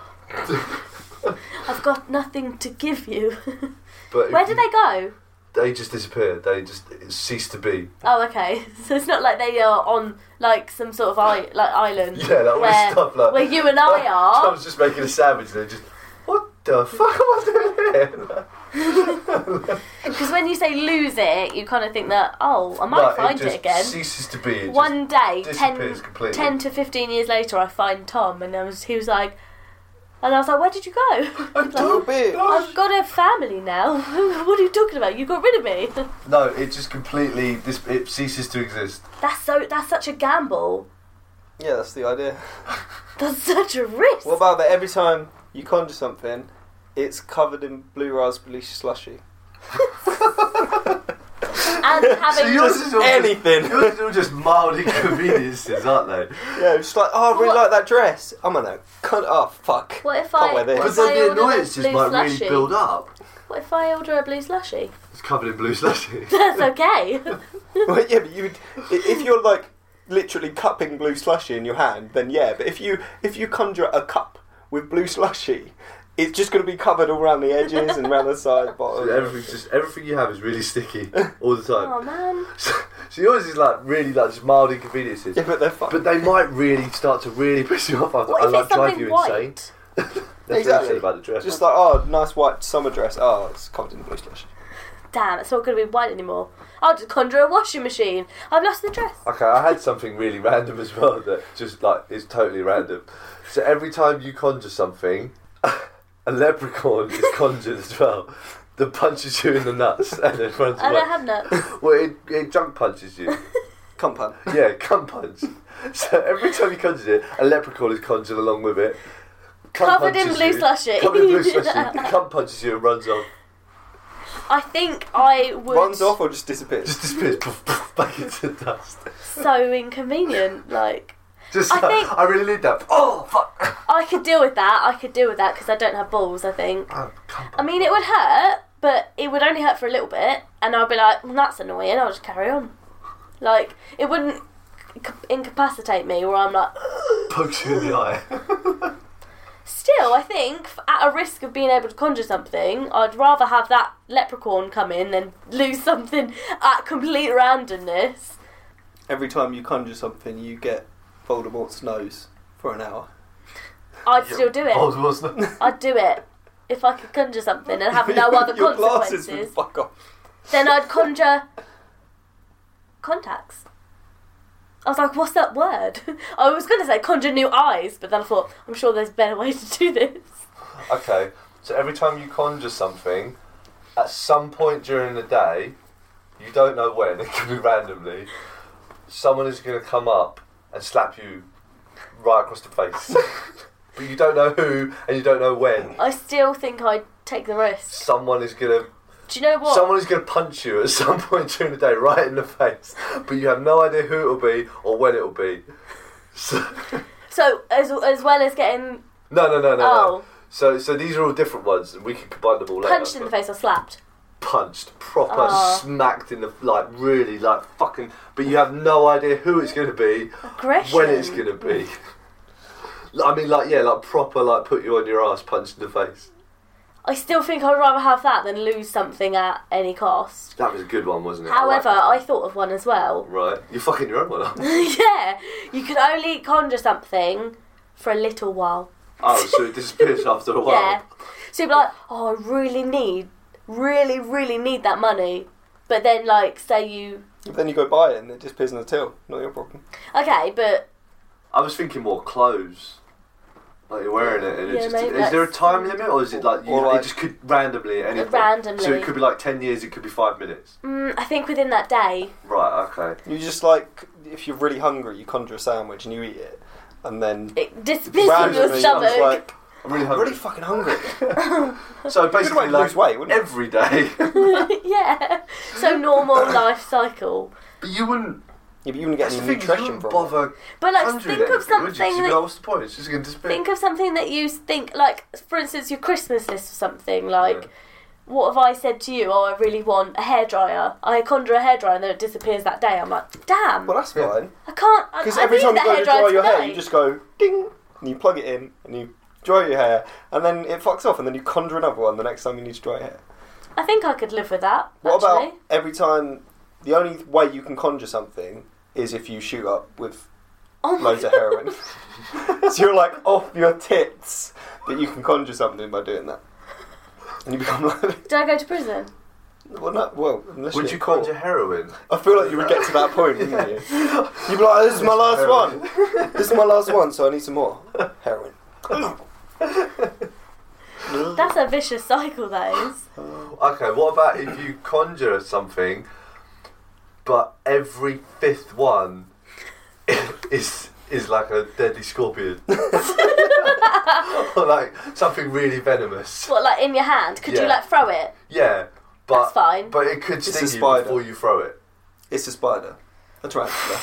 Speaker 2: I've got nothing to give you.
Speaker 4: But if
Speaker 2: Where do
Speaker 4: you-
Speaker 2: they go?
Speaker 4: They just disappear. They just cease to be.
Speaker 2: Oh, okay. So it's not like they are on like some sort of I- like island.
Speaker 4: Yeah, like all
Speaker 2: where,
Speaker 4: this stuff like
Speaker 2: where you and I
Speaker 4: I
Speaker 2: are.
Speaker 4: was just making a sandwich and then just, what the fuck am I doing here?
Speaker 2: Because when you say lose it, you kind of think that oh, I might
Speaker 4: Like,
Speaker 2: find
Speaker 4: it,
Speaker 2: it,
Speaker 4: just
Speaker 2: again.
Speaker 4: ceases to be. It
Speaker 2: One day,
Speaker 4: just
Speaker 2: 10,
Speaker 4: disappears completely.
Speaker 2: 10 to fifteen years later, I find Tom, and I was, he was like, and I was like, where did you go?
Speaker 4: just,
Speaker 3: A little bit.
Speaker 2: I've got a family now. what are you talking about? You got rid of me.
Speaker 4: No, it just completely dis- it ceases to exist.
Speaker 2: that's so. That's such a gamble.
Speaker 3: Yeah, that's the idea.
Speaker 2: That's such a risk.
Speaker 3: What about that? Every time you conjure something, it's covered in blue raspberry slushy.
Speaker 2: and having
Speaker 4: so yours is all
Speaker 3: Anything.
Speaker 4: Just, yours is all just mild inconveniences, aren't they?
Speaker 3: Yeah, it's just like, oh, I really
Speaker 2: What?
Speaker 3: like that dress. I'm gonna cut. Oh, fuck.
Speaker 2: What if
Speaker 3: Can't
Speaker 2: I?
Speaker 3: wear this.
Speaker 2: What
Speaker 4: But
Speaker 2: if
Speaker 4: then
Speaker 2: I
Speaker 4: the
Speaker 2: order a
Speaker 4: annoyances
Speaker 2: blue
Speaker 4: might really
Speaker 2: slushie?
Speaker 4: build up.
Speaker 2: What if I order a blue slushie?
Speaker 4: It's covered in blue slushy.
Speaker 2: That's okay.
Speaker 3: well, yeah, but you would, i- if you're like literally cupping blue slushy in your hand, then yeah. But if you if you conjure a cup with blue slushy, it's just going to be covered all around the edges and around the side bottom.
Speaker 4: So everything's just everything you have is really sticky all the time.
Speaker 2: oh man.
Speaker 4: So, so yours is like really like just mild inconveniences.
Speaker 3: yeah, but they're fine.
Speaker 4: But they might really start to really piss you off. I,
Speaker 2: What
Speaker 4: I
Speaker 2: if
Speaker 4: like
Speaker 2: it's
Speaker 4: drive you
Speaker 2: something white?
Speaker 4: insane. That's what you
Speaker 3: Exactly.
Speaker 4: said about the dress.
Speaker 3: just like oh, nice white summer dress. Oh, it's covered in blue slushy.
Speaker 2: Damn, it's not going to be white anymore. I'll just conjure a washing machine. I've lost the dress.
Speaker 4: okay, I had something really random as well that just like is totally random. So every time you conjure something, a leprechaun is conjured as well. That punches you in the nuts and then runs
Speaker 2: I
Speaker 4: away.
Speaker 2: don't have nuts.
Speaker 4: Well, it, it junk punches you.
Speaker 3: Come pun.
Speaker 4: Yeah, cum punch. So every time you conjure it, a leprechaun is conjured along with it. Cum
Speaker 2: Covered in
Speaker 4: punches
Speaker 2: blue
Speaker 4: you-
Speaker 2: slushy.
Speaker 4: Covered in blue slushy. The cum punches you and runs off.
Speaker 2: I think I would.
Speaker 3: Runs off or just disappears.
Speaker 4: Just disappears poof, poof, back into the dust.
Speaker 2: So inconvenient. Like
Speaker 4: Just
Speaker 2: I
Speaker 4: like,
Speaker 2: think-
Speaker 4: I really need that. Oh, fuck.
Speaker 2: I could deal with that. I could deal with that because I don't have balls. I think.
Speaker 4: Oh, cum
Speaker 2: I mean, it would hurt, but it would only hurt for a little bit, and I'd be like, "Mm, "That's annoying." I'll just carry on. Like it wouldn't c- incapacitate me, where I'm like.
Speaker 4: punch. pokes you in the eye.
Speaker 2: still, I think f- at a risk of being able to conjure something, I'd rather have that leprechaun come in than lose something at complete randomness.
Speaker 3: Every time you conjure something, you get Voldemort's nose for an hour.
Speaker 2: I'd still do
Speaker 4: Old
Speaker 2: it.
Speaker 4: wasn't Oh, it?
Speaker 2: I'd do it if I could conjure something and have no
Speaker 3: Your-
Speaker 2: other
Speaker 3: Your glasses would
Speaker 2: consequences.
Speaker 3: fuck off.
Speaker 2: Then I'd conjure contacts. I was like, what's that word? I was going to say conjure new eyes, but then I thought, I'm sure there's a better way to do this.
Speaker 4: Okay, so every time you conjure something, at some point during the day, you don't know when, it could be randomly, someone is going to come up and slap you right across the face. but you don't know who and you don't know when.
Speaker 2: I still think I'd take the risk.
Speaker 4: Someone is going to
Speaker 2: Do you know what?
Speaker 4: someone is going to punch you at some point during the day right in the face, but you have no idea who it'll be or when it'll be. So,
Speaker 2: So as as well as getting
Speaker 4: no, no, no, no. no.
Speaker 2: oh
Speaker 4: So, so these are all different ones, and we can combine them all later.
Speaker 2: punched in the
Speaker 4: but-
Speaker 2: face Oh. or slapped.
Speaker 4: punched, proper
Speaker 2: Aw.
Speaker 4: smacked in the like really like fucking. But you have no idea who it's gonna be,
Speaker 2: Aggression.
Speaker 4: when it's gonna be. I mean, like yeah, like proper like put you on your ass, punched in the face.
Speaker 2: I still think I'd rather have that than lose something at any cost.
Speaker 4: That was a good one, wasn't it? I like
Speaker 2: However,
Speaker 4: that.
Speaker 2: I thought of one as well.
Speaker 4: right, you're fucking your own one up.
Speaker 2: yeah, you could only conjure something for a little while.
Speaker 4: oh, so it disappears after a while.
Speaker 2: Yeah. So you'd be like, oh, I really need, really, really need that money. But then, like, say you,
Speaker 3: But then you go buy it and it just appears on the till. Not your problem.
Speaker 2: okay, but
Speaker 4: I was thinking more clothes. Like you're wearing it, and
Speaker 2: Yeah,
Speaker 4: it's just,
Speaker 2: maybe
Speaker 4: is there a
Speaker 2: that's-
Speaker 4: time limit, or is it like you,
Speaker 3: Or like-
Speaker 4: it just could randomly at any point?
Speaker 2: randomly,
Speaker 4: So it could be like ten years, it could be five minutes.
Speaker 2: mm, I think within that day,
Speaker 4: Right, okay.
Speaker 3: You just like if you're really hungry, you conjure a sandwich and you eat it, and then
Speaker 2: it disappears from
Speaker 4: Randomly,
Speaker 2: your
Speaker 3: becomes
Speaker 2: stomach.
Speaker 3: like
Speaker 4: I'm really
Speaker 3: I'm
Speaker 4: hungry.
Speaker 3: really fucking hungry.
Speaker 4: So
Speaker 3: Good way
Speaker 4: basically,
Speaker 3: to
Speaker 4: like
Speaker 3: lose weight, wouldn't it?
Speaker 4: every day.
Speaker 2: yeah. So normal life cycle.
Speaker 4: but you wouldn't.
Speaker 3: Yeah, but you wouldn't get
Speaker 4: that's the
Speaker 3: any
Speaker 4: thing, you
Speaker 3: nutrition
Speaker 4: wouldn't
Speaker 3: from it.
Speaker 4: bother.
Speaker 2: But like,
Speaker 4: conjuring
Speaker 2: think of
Speaker 4: anything, would you? 'Cause
Speaker 2: something
Speaker 4: you'd be like,
Speaker 2: that
Speaker 4: what's the point? It's just gonna disappear.
Speaker 2: think of something that you think like, for instance, your Christmas list or something like.
Speaker 4: Yeah.
Speaker 2: What have I said to you? Oh, I really want a hairdryer. I conjure a hairdryer and then it disappears that day. I'm like, damn,
Speaker 3: Well, that's
Speaker 4: Yeah.
Speaker 3: fine.
Speaker 2: I can't. I,
Speaker 3: Because
Speaker 2: I
Speaker 3: every
Speaker 2: need
Speaker 3: time you
Speaker 2: that
Speaker 3: go to dry
Speaker 2: hairdryer
Speaker 3: your hair,
Speaker 2: today.
Speaker 3: you just go ding, and you plug it in, and you dry your hair, and then it fucks off, and then you conjure another one the next time you need to dry your hair.
Speaker 2: I think I could live with that.
Speaker 3: What
Speaker 2: actually.
Speaker 3: about every time? The only way you can conjure something is if you shoot up with
Speaker 2: oh my
Speaker 3: loads of heroin. so you're like off your tits that you can conjure something by doing that, and you become like,
Speaker 2: Did I go to prison?
Speaker 3: well, no, well, unless
Speaker 4: Would
Speaker 3: you're
Speaker 4: you
Speaker 3: poor.
Speaker 4: conjure heroin?
Speaker 3: I feel like you would get to that point, wouldn't you? You'd be like, "This is my last
Speaker 4: Heroin.
Speaker 3: one. This is my last one, so I need some more heroin."
Speaker 2: That's a vicious cycle, that is.
Speaker 4: Okay, what about if you conjure something, but every fifth one is is like a deadly scorpion, or like something really venomous.
Speaker 2: What, like in your hand? Could you
Speaker 4: Yeah.
Speaker 2: like throw it?
Speaker 4: Yeah, but
Speaker 2: That's fine.
Speaker 4: but it could
Speaker 3: a
Speaker 4: sting you
Speaker 3: spider.
Speaker 4: before you throw it.
Speaker 3: It's a spider. A tarantula.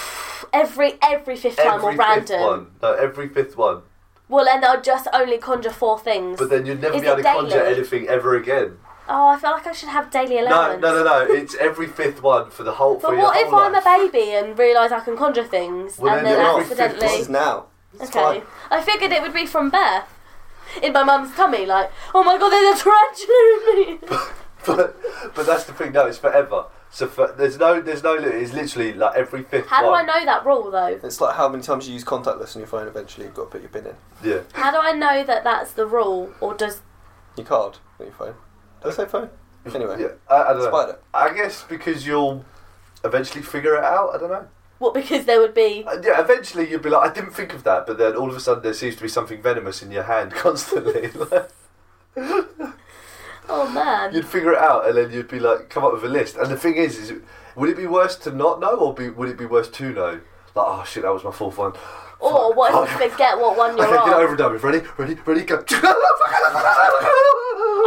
Speaker 2: Every every fifth time
Speaker 4: every
Speaker 2: or random.
Speaker 4: fifth one. No, every fifth one.
Speaker 2: Well, and I'll just only conjure four things.
Speaker 4: But then you'd never
Speaker 2: Is
Speaker 4: be able
Speaker 2: it
Speaker 4: to conjure
Speaker 2: daily?
Speaker 4: anything ever again.
Speaker 2: oh, I feel like I should have daily
Speaker 4: No, no,
Speaker 2: allowance.
Speaker 4: no, no. It's every fifth one for the whole. for
Speaker 2: But
Speaker 4: your
Speaker 2: what if
Speaker 4: whole
Speaker 2: I'm a
Speaker 4: life.
Speaker 2: baby and realise I can conjure things
Speaker 4: Well,
Speaker 2: and
Speaker 4: then
Speaker 2: then
Speaker 4: you're not.
Speaker 3: This is
Speaker 2: accidentally?
Speaker 3: now.
Speaker 2: Okay,
Speaker 3: fine.
Speaker 2: I figured it would be from birth. In my mum's tummy, like, oh my god, there's a tarantula
Speaker 4: But but that's the thing. No, it's forever. So for, there's no there's no limit. It's literally like every fifth
Speaker 2: in me. How do I
Speaker 4: one.
Speaker 2: know that rule though?
Speaker 3: It's like how many times you use contactless on your phone. Eventually, you've got to put your pin in
Speaker 4: Yeah.
Speaker 2: How do I know that that's the rule, or does
Speaker 3: your card on your phone. Did I say phone? Anyway,
Speaker 4: Yeah. I, I don't know.
Speaker 3: spider.
Speaker 4: I guess because you'll eventually figure it out. I don't know.
Speaker 2: what? Because there would be.
Speaker 4: Uh, yeah. Eventually you'll be like, I didn't think of that, but then all of a sudden there seems to be something venomous in your hand constantly.
Speaker 2: Oh man.
Speaker 4: You'd figure it out, and then you'd be like, come up with a list. And the thing is, is would it be worse to not know, or be would it be worse to know? Like, oh shit, that was my fourth one.
Speaker 2: Or what if you forget what one you're
Speaker 4: Okay, get it
Speaker 2: on?
Speaker 4: over and done with. Ready, ready, ready, go.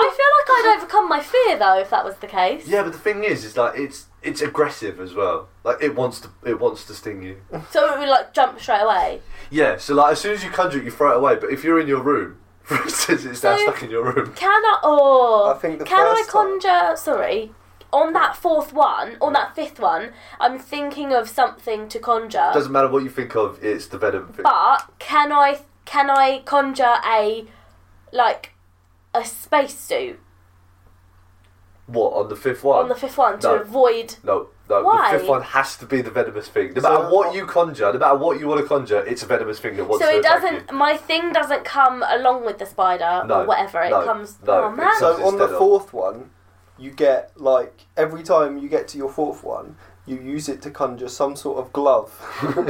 Speaker 2: I feel like I'd overcome my fear though if that was the case.
Speaker 4: yeah, but the thing is, is like it's it's aggressive as well. Like it wants to it wants to sting you.
Speaker 2: So it would like jump straight away.
Speaker 4: Yeah, so like as soon as you conjure it, you throw it away. But if you're in your room, for instance, it's now
Speaker 2: So-
Speaker 4: stuck in your room.
Speaker 2: Can I? Oh,
Speaker 3: I think the
Speaker 2: can I
Speaker 3: first time-
Speaker 2: conjure? Sorry, on that fourth one, on that fifth one, I'm thinking of something to conjure.
Speaker 4: Doesn't matter what you think of, it's the venom. thing.
Speaker 2: but can I? Can I conjure a like a spacesuit
Speaker 4: What on the fifth one?
Speaker 2: on the fifth one to
Speaker 4: No.
Speaker 2: avoid.
Speaker 4: no, no.
Speaker 2: Why?
Speaker 4: The fifth one has to be the venomous thing. No
Speaker 3: So-
Speaker 4: matter what you conjure, no matter what you want to conjure, it's a venomous thing that wants
Speaker 2: So
Speaker 4: to
Speaker 2: it
Speaker 4: attack
Speaker 2: doesn't.
Speaker 4: you.
Speaker 2: My thing doesn't come along with the spider
Speaker 4: No,
Speaker 2: or whatever. It
Speaker 4: no,
Speaker 2: comes.
Speaker 4: no,
Speaker 2: oh
Speaker 4: it
Speaker 2: man.
Speaker 4: comes-
Speaker 3: So on the
Speaker 4: instead of-
Speaker 3: fourth one, you get like every time you get to your fourth one, you use it to conjure some sort of glove
Speaker 2: well,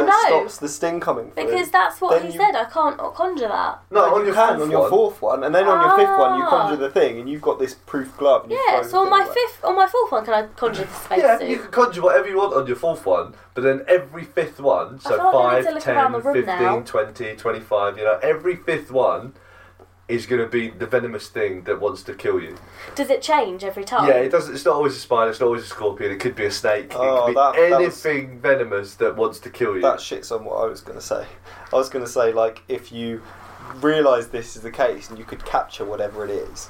Speaker 3: that
Speaker 2: no,
Speaker 3: stops the sting coming through.
Speaker 2: because that's what
Speaker 3: Then
Speaker 2: he
Speaker 3: you-
Speaker 2: said. I can't conjure that.
Speaker 3: no,
Speaker 4: on
Speaker 3: you
Speaker 4: your
Speaker 3: can
Speaker 4: fourth
Speaker 3: on your
Speaker 4: one.
Speaker 3: fourth one, and then on your fifth one you
Speaker 2: Ah.
Speaker 3: conjure the thing, and you've got this proof glove. And you
Speaker 2: Yeah,
Speaker 3: throw
Speaker 2: so on
Speaker 3: the
Speaker 2: my
Speaker 3: thing away.
Speaker 2: fifth, on my fourth one, can I conjure the spacesuit?
Speaker 4: Yeah, you can conjure whatever you want on your fourth one, but then every fifth one, so
Speaker 2: feel like I need to
Speaker 4: 5,
Speaker 2: look
Speaker 4: 10,
Speaker 2: around the room
Speaker 4: 15,
Speaker 2: now.
Speaker 4: 20, 25, you know, every fifth one is going to be the venomous thing that wants to kill you.
Speaker 2: Does it change every time?
Speaker 4: Yeah, it doesn't. It's not always a spider. It's not always a scorpion. It could be a snake.
Speaker 3: Oh,
Speaker 4: it
Speaker 3: that-
Speaker 4: could be
Speaker 3: that was-
Speaker 4: anything venomous that wants to kill you.
Speaker 3: That shits on what I was going to say. I was going to say like if you realise this is the case and you could capture whatever it is,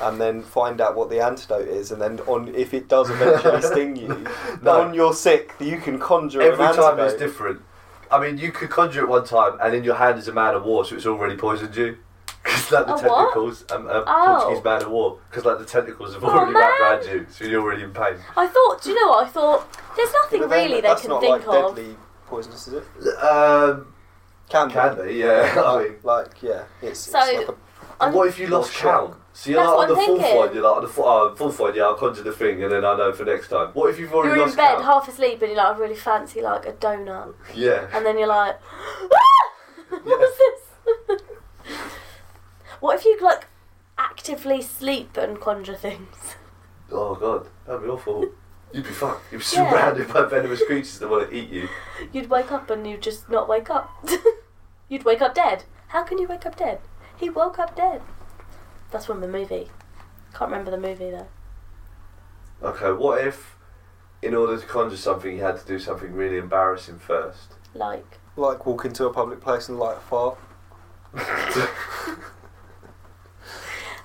Speaker 3: and then find out what the antidote is, and then on if it does eventually sting you,
Speaker 4: No.
Speaker 3: on your sixth you can conjure
Speaker 4: Every
Speaker 3: an
Speaker 4: time
Speaker 3: antidote.
Speaker 4: it's different. I mean, you could conjure it one time, and in your hand is a man of war, so it's already poisoned you. Because like the
Speaker 2: A what?
Speaker 4: tentacles, um, a
Speaker 2: Oh.
Speaker 4: Portuguese man of war. Because like the tentacles have
Speaker 2: Oh,
Speaker 4: already
Speaker 2: man.
Speaker 4: wrapped around you, so you're already in pain.
Speaker 2: I thought, do you know what? I thought there's nothing
Speaker 3: But then
Speaker 2: really they
Speaker 3: that's
Speaker 2: can
Speaker 3: not,
Speaker 2: think
Speaker 3: like,
Speaker 2: of.
Speaker 3: Deadly poisonous, is it?
Speaker 4: Um,
Speaker 3: Can,
Speaker 4: can
Speaker 3: be.
Speaker 4: they? Yeah. I mean,
Speaker 3: like yeah, it's,
Speaker 2: So-
Speaker 3: it's like a
Speaker 2: I'm-
Speaker 4: what if you lost count? So you're
Speaker 2: That's
Speaker 4: like on the
Speaker 2: what I'm
Speaker 4: fourth
Speaker 2: thinking.
Speaker 4: one. You're like on the fo- oh, fourth one. Yeah, I'll conjure the thing, and then I know for next time. What if you've already
Speaker 2: You're in
Speaker 4: lost
Speaker 2: bed,
Speaker 4: count?
Speaker 2: half asleep, and you're like, I really fancy like a donut,
Speaker 4: Yeah.
Speaker 2: and then you're like, "Ah!" what was this? what if you like actively sleep and conjure things?
Speaker 4: Oh god, that'd be awful. You'd be fucked. You'd be
Speaker 2: Yeah.
Speaker 4: surrounded by venomous creatures that want to eat you.
Speaker 2: You'd wake up and you'd just not wake up. you'd wake up dead. How can you wake up dead? He woke up dead. That's from the movie. Can't remember the movie though.
Speaker 4: Okay, what if, in order to conjure something, you had to do something really embarrassing first?
Speaker 2: Like,
Speaker 3: like walk into a public place and light a fire.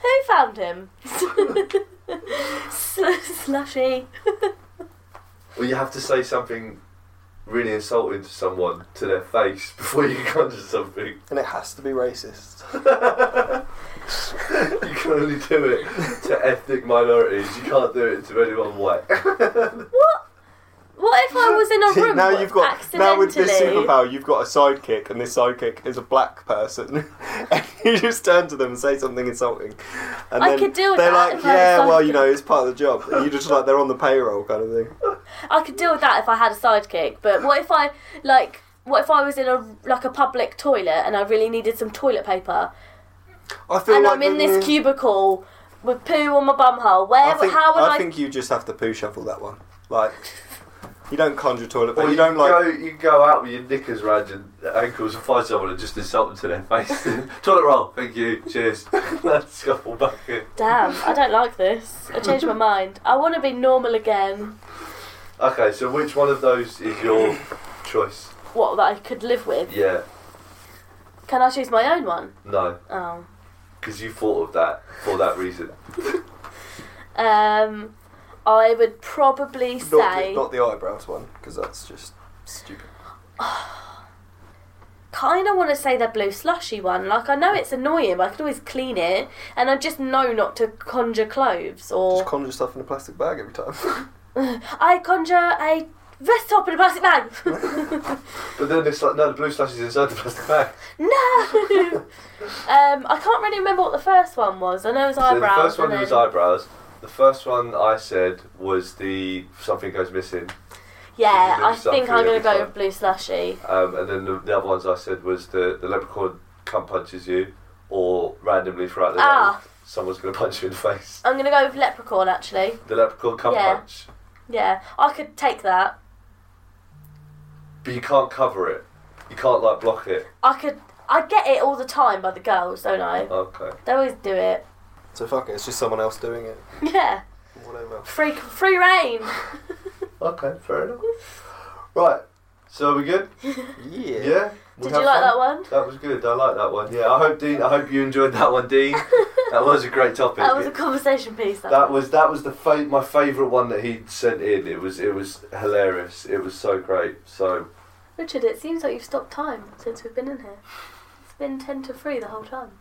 Speaker 2: who found him? Sl- slushy.
Speaker 4: Well, you have to say something really insulting to someone to their face before you conjure something.
Speaker 3: And it has to be racist.
Speaker 4: You can only do it to ethnic minorities. You can't do it to anyone white.
Speaker 2: What? What if I was in a
Speaker 3: See,
Speaker 2: room
Speaker 3: now you've got
Speaker 2: accidentally?
Speaker 3: now with this superpower you've got a sidekick and this sidekick is a black person and you just turn to them and say something insulting. And
Speaker 2: I
Speaker 3: then
Speaker 2: could deal with
Speaker 3: they're
Speaker 2: that
Speaker 3: like,
Speaker 2: if I had a
Speaker 3: Yeah, well, you know,
Speaker 2: sidekick."
Speaker 3: it's part of the job. And you just like they're on the payroll kind of thing.
Speaker 2: I could deal with that if I had a sidekick, but what if I like? What if I was in a like a public toilet and I really needed some toilet paper
Speaker 3: I feel
Speaker 2: and
Speaker 3: like
Speaker 2: I'm in
Speaker 3: the-
Speaker 2: this cubicle with poo on my bumhole? Where?
Speaker 3: I think,
Speaker 2: how would I?
Speaker 3: think you just have to poo shuffle that one. Like you don't conjure toilet
Speaker 4: Or
Speaker 3: paper,
Speaker 4: you
Speaker 3: you don't like
Speaker 4: go, you go out with your knickers round your ankles and find someone and just insult them to their face. Toilet roll, thank you, cheers. Let's scuffle back in.
Speaker 2: Damn, I don't like this. I changed my mind. I want to be normal again.
Speaker 4: Okay, so which one of those is your choice?
Speaker 2: What that I could live with?
Speaker 4: Yeah,
Speaker 2: Can I choose my own one?
Speaker 4: no,
Speaker 2: Oh.
Speaker 4: because you thought of that for that reason.
Speaker 2: Um, I would probably
Speaker 3: not,
Speaker 2: say.
Speaker 3: the, not the eyebrows one because that's just stupid.
Speaker 2: kind of want to say the blue slushy one. Like I know it's annoying, but I can always clean it, and I just know not to conjure clothes or
Speaker 3: Just conjure stuff in a plastic bag every time.
Speaker 2: I conjure a vest top in a plastic bag.
Speaker 4: But then it's like, no, the blue slash is inside the plastic bag.
Speaker 2: no, um, I can't really remember what the first one was. I know it was
Speaker 4: So the
Speaker 2: eyebrows.
Speaker 4: first one
Speaker 2: and
Speaker 4: was
Speaker 2: then-
Speaker 4: eyebrows. The first one I said was the something goes missing,
Speaker 2: Yeah,
Speaker 4: Blue
Speaker 2: I think
Speaker 4: slushy
Speaker 2: I'm gonna
Speaker 4: every
Speaker 2: go
Speaker 4: time.
Speaker 2: with blue slushy.
Speaker 4: um, and then the, the other ones I said was the the leprechaun cum punches you, or randomly throughout the
Speaker 2: Ah.
Speaker 4: day someone's gonna punch you in the face.
Speaker 2: I'm gonna go with leprechaun actually.
Speaker 4: The leprechaun cum
Speaker 2: Yeah.
Speaker 4: punch,
Speaker 2: Yeah, I could take that.
Speaker 4: but you can't cover it. You can't like block it.
Speaker 2: I could. I get it all the time by the girls, don't I?
Speaker 4: Okay.
Speaker 2: They always do it.
Speaker 3: so fuck it, it's just someone else doing it.
Speaker 2: Yeah,
Speaker 3: Whatever.
Speaker 2: free free reign.
Speaker 4: Okay, fair enough. Right. So are we good?
Speaker 3: Yeah.
Speaker 4: Yeah.
Speaker 2: Did you like that one?
Speaker 4: That was good. I like that one. Yeah, I hope Dean. I hope you enjoyed that one, Dean. that was a great topic.
Speaker 2: That was a conversation piece. That,
Speaker 4: that was that was the fa- my favourite one that he sent in. It was it was hilarious. It was so great. So
Speaker 2: Richard, it seems like you've stopped time since we've been in here. It's been 10 to 3 the whole time.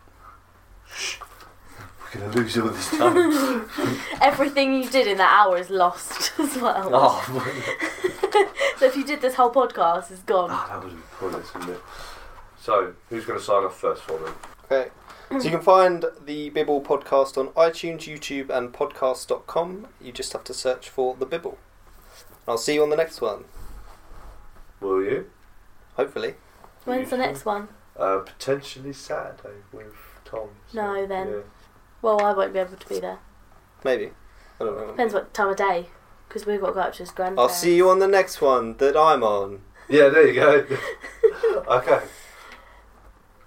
Speaker 4: We're gonna lose all this time.
Speaker 2: Everything you did in that hour is lost as well.
Speaker 4: oh, my God.
Speaker 2: So if you did this whole podcast, it's gone.
Speaker 4: Ah, that was pointless, wasn't it? So, who's gonna sign off first for me?
Speaker 3: Okay. So you can find the Bibble podcast on iTunes, YouTube, and podcast.com. You just have to search for the Bibble. And I'll see you on the next one,
Speaker 4: Will you?
Speaker 3: hopefully.
Speaker 2: When's the next one?
Speaker 4: Uh, potentially Saturday with Tom. so,
Speaker 2: No, then.
Speaker 4: yeah.
Speaker 2: Well, I won't be able to be there.
Speaker 3: Maybe. I don't know.
Speaker 2: Depends what time of day, because we've got to go up to his grandparents.
Speaker 3: I'll see you on the next one that I'm on.
Speaker 4: Yeah, there you go. okay.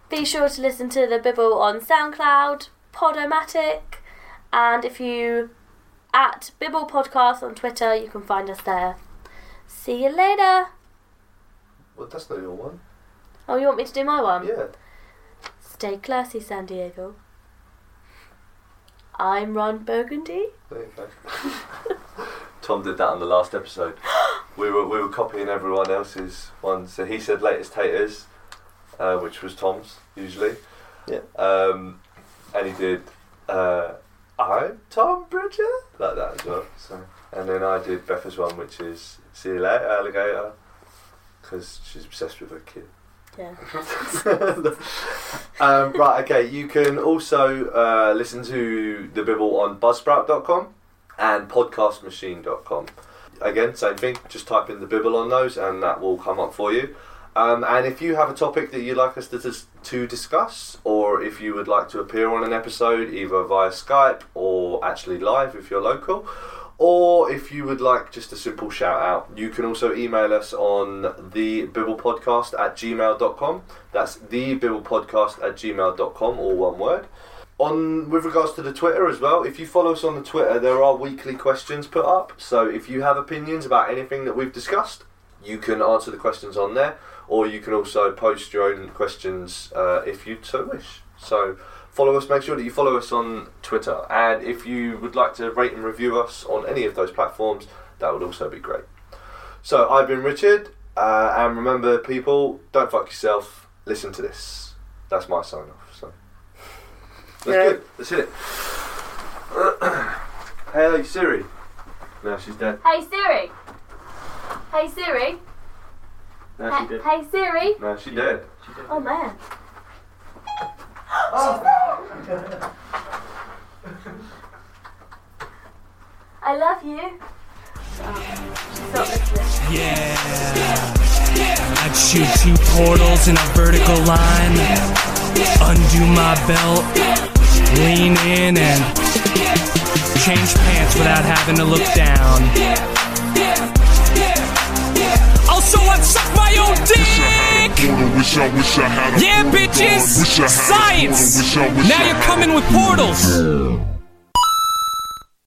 Speaker 2: Be sure to listen to the Bibble on SoundCloud, Podomatic, and if you at Bibble Podcast on Twitter, you can find us there. See you later.
Speaker 4: Well, that's not your one.
Speaker 2: Oh, you want me to do my one?
Speaker 4: Yeah.
Speaker 2: Stay classy, San Diego. I'm Ron Burgundy.
Speaker 4: There you go. Tom did that on the last episode. We were we were copying everyone else's ones. So he said latest haters, uh, which was Tom's usually.
Speaker 3: Yeah.
Speaker 4: Um, and he did uh, I'm Tom Bridger like that as well. So and then I did Beth's one, which is see you later alligator, because she's obsessed with her kid.
Speaker 2: Yeah.
Speaker 4: um, right, okay. You can also uh, listen to the Bibble on buzzsprout.com and podcastmachine.com. Again, same thing, just type in the Bibble on those and that will come up for you. Um, and if you have a topic that you'd like us to, dis- to discuss, or if you would like to appear on an episode either via Skype or actually live if you're local, or if you would like just a simple shout out, you can also email us on the bibblepodcast at gmail.com. That's the bibblepodcast at gmail.com, all one word. On with regards to the Twitter as well, if you follow us on the Twitter, there are weekly questions put up. So if you have opinions about anything that we've discussed, you can answer the questions on there, or you can also post your own questions uh, if you so wish. So follow us. Make sure that you follow us on Twitter, and if you would like to rate and review us on any of those platforms, that would also be great. So I've been Richard, uh, and remember, people, don't fuck yourself. Listen to this. That's my sign off. So that's
Speaker 2: Yeah.
Speaker 4: good. That's it. hey Siri. Now she's dead.
Speaker 2: Hey Siri. Hey Siri.
Speaker 5: No, she
Speaker 2: Hey,
Speaker 5: did.
Speaker 2: hey Siri.
Speaker 4: Now she's dead.
Speaker 5: She did.
Speaker 2: Oh man. I love you. she's not listening.
Speaker 6: I'd shoot two portals in a vertical line. Undo my belt, lean in and change pants without having to look down. Also, I've sucked my own dick!
Speaker 7: quarter, wish I wish I had a
Speaker 6: Yeah,
Speaker 7: quarter, dog.
Speaker 6: bitches!
Speaker 7: Wish I had a quarter,
Speaker 6: Science!
Speaker 7: wish I wish
Speaker 6: Now
Speaker 7: I
Speaker 6: you're
Speaker 7: had a
Speaker 6: coming with portals!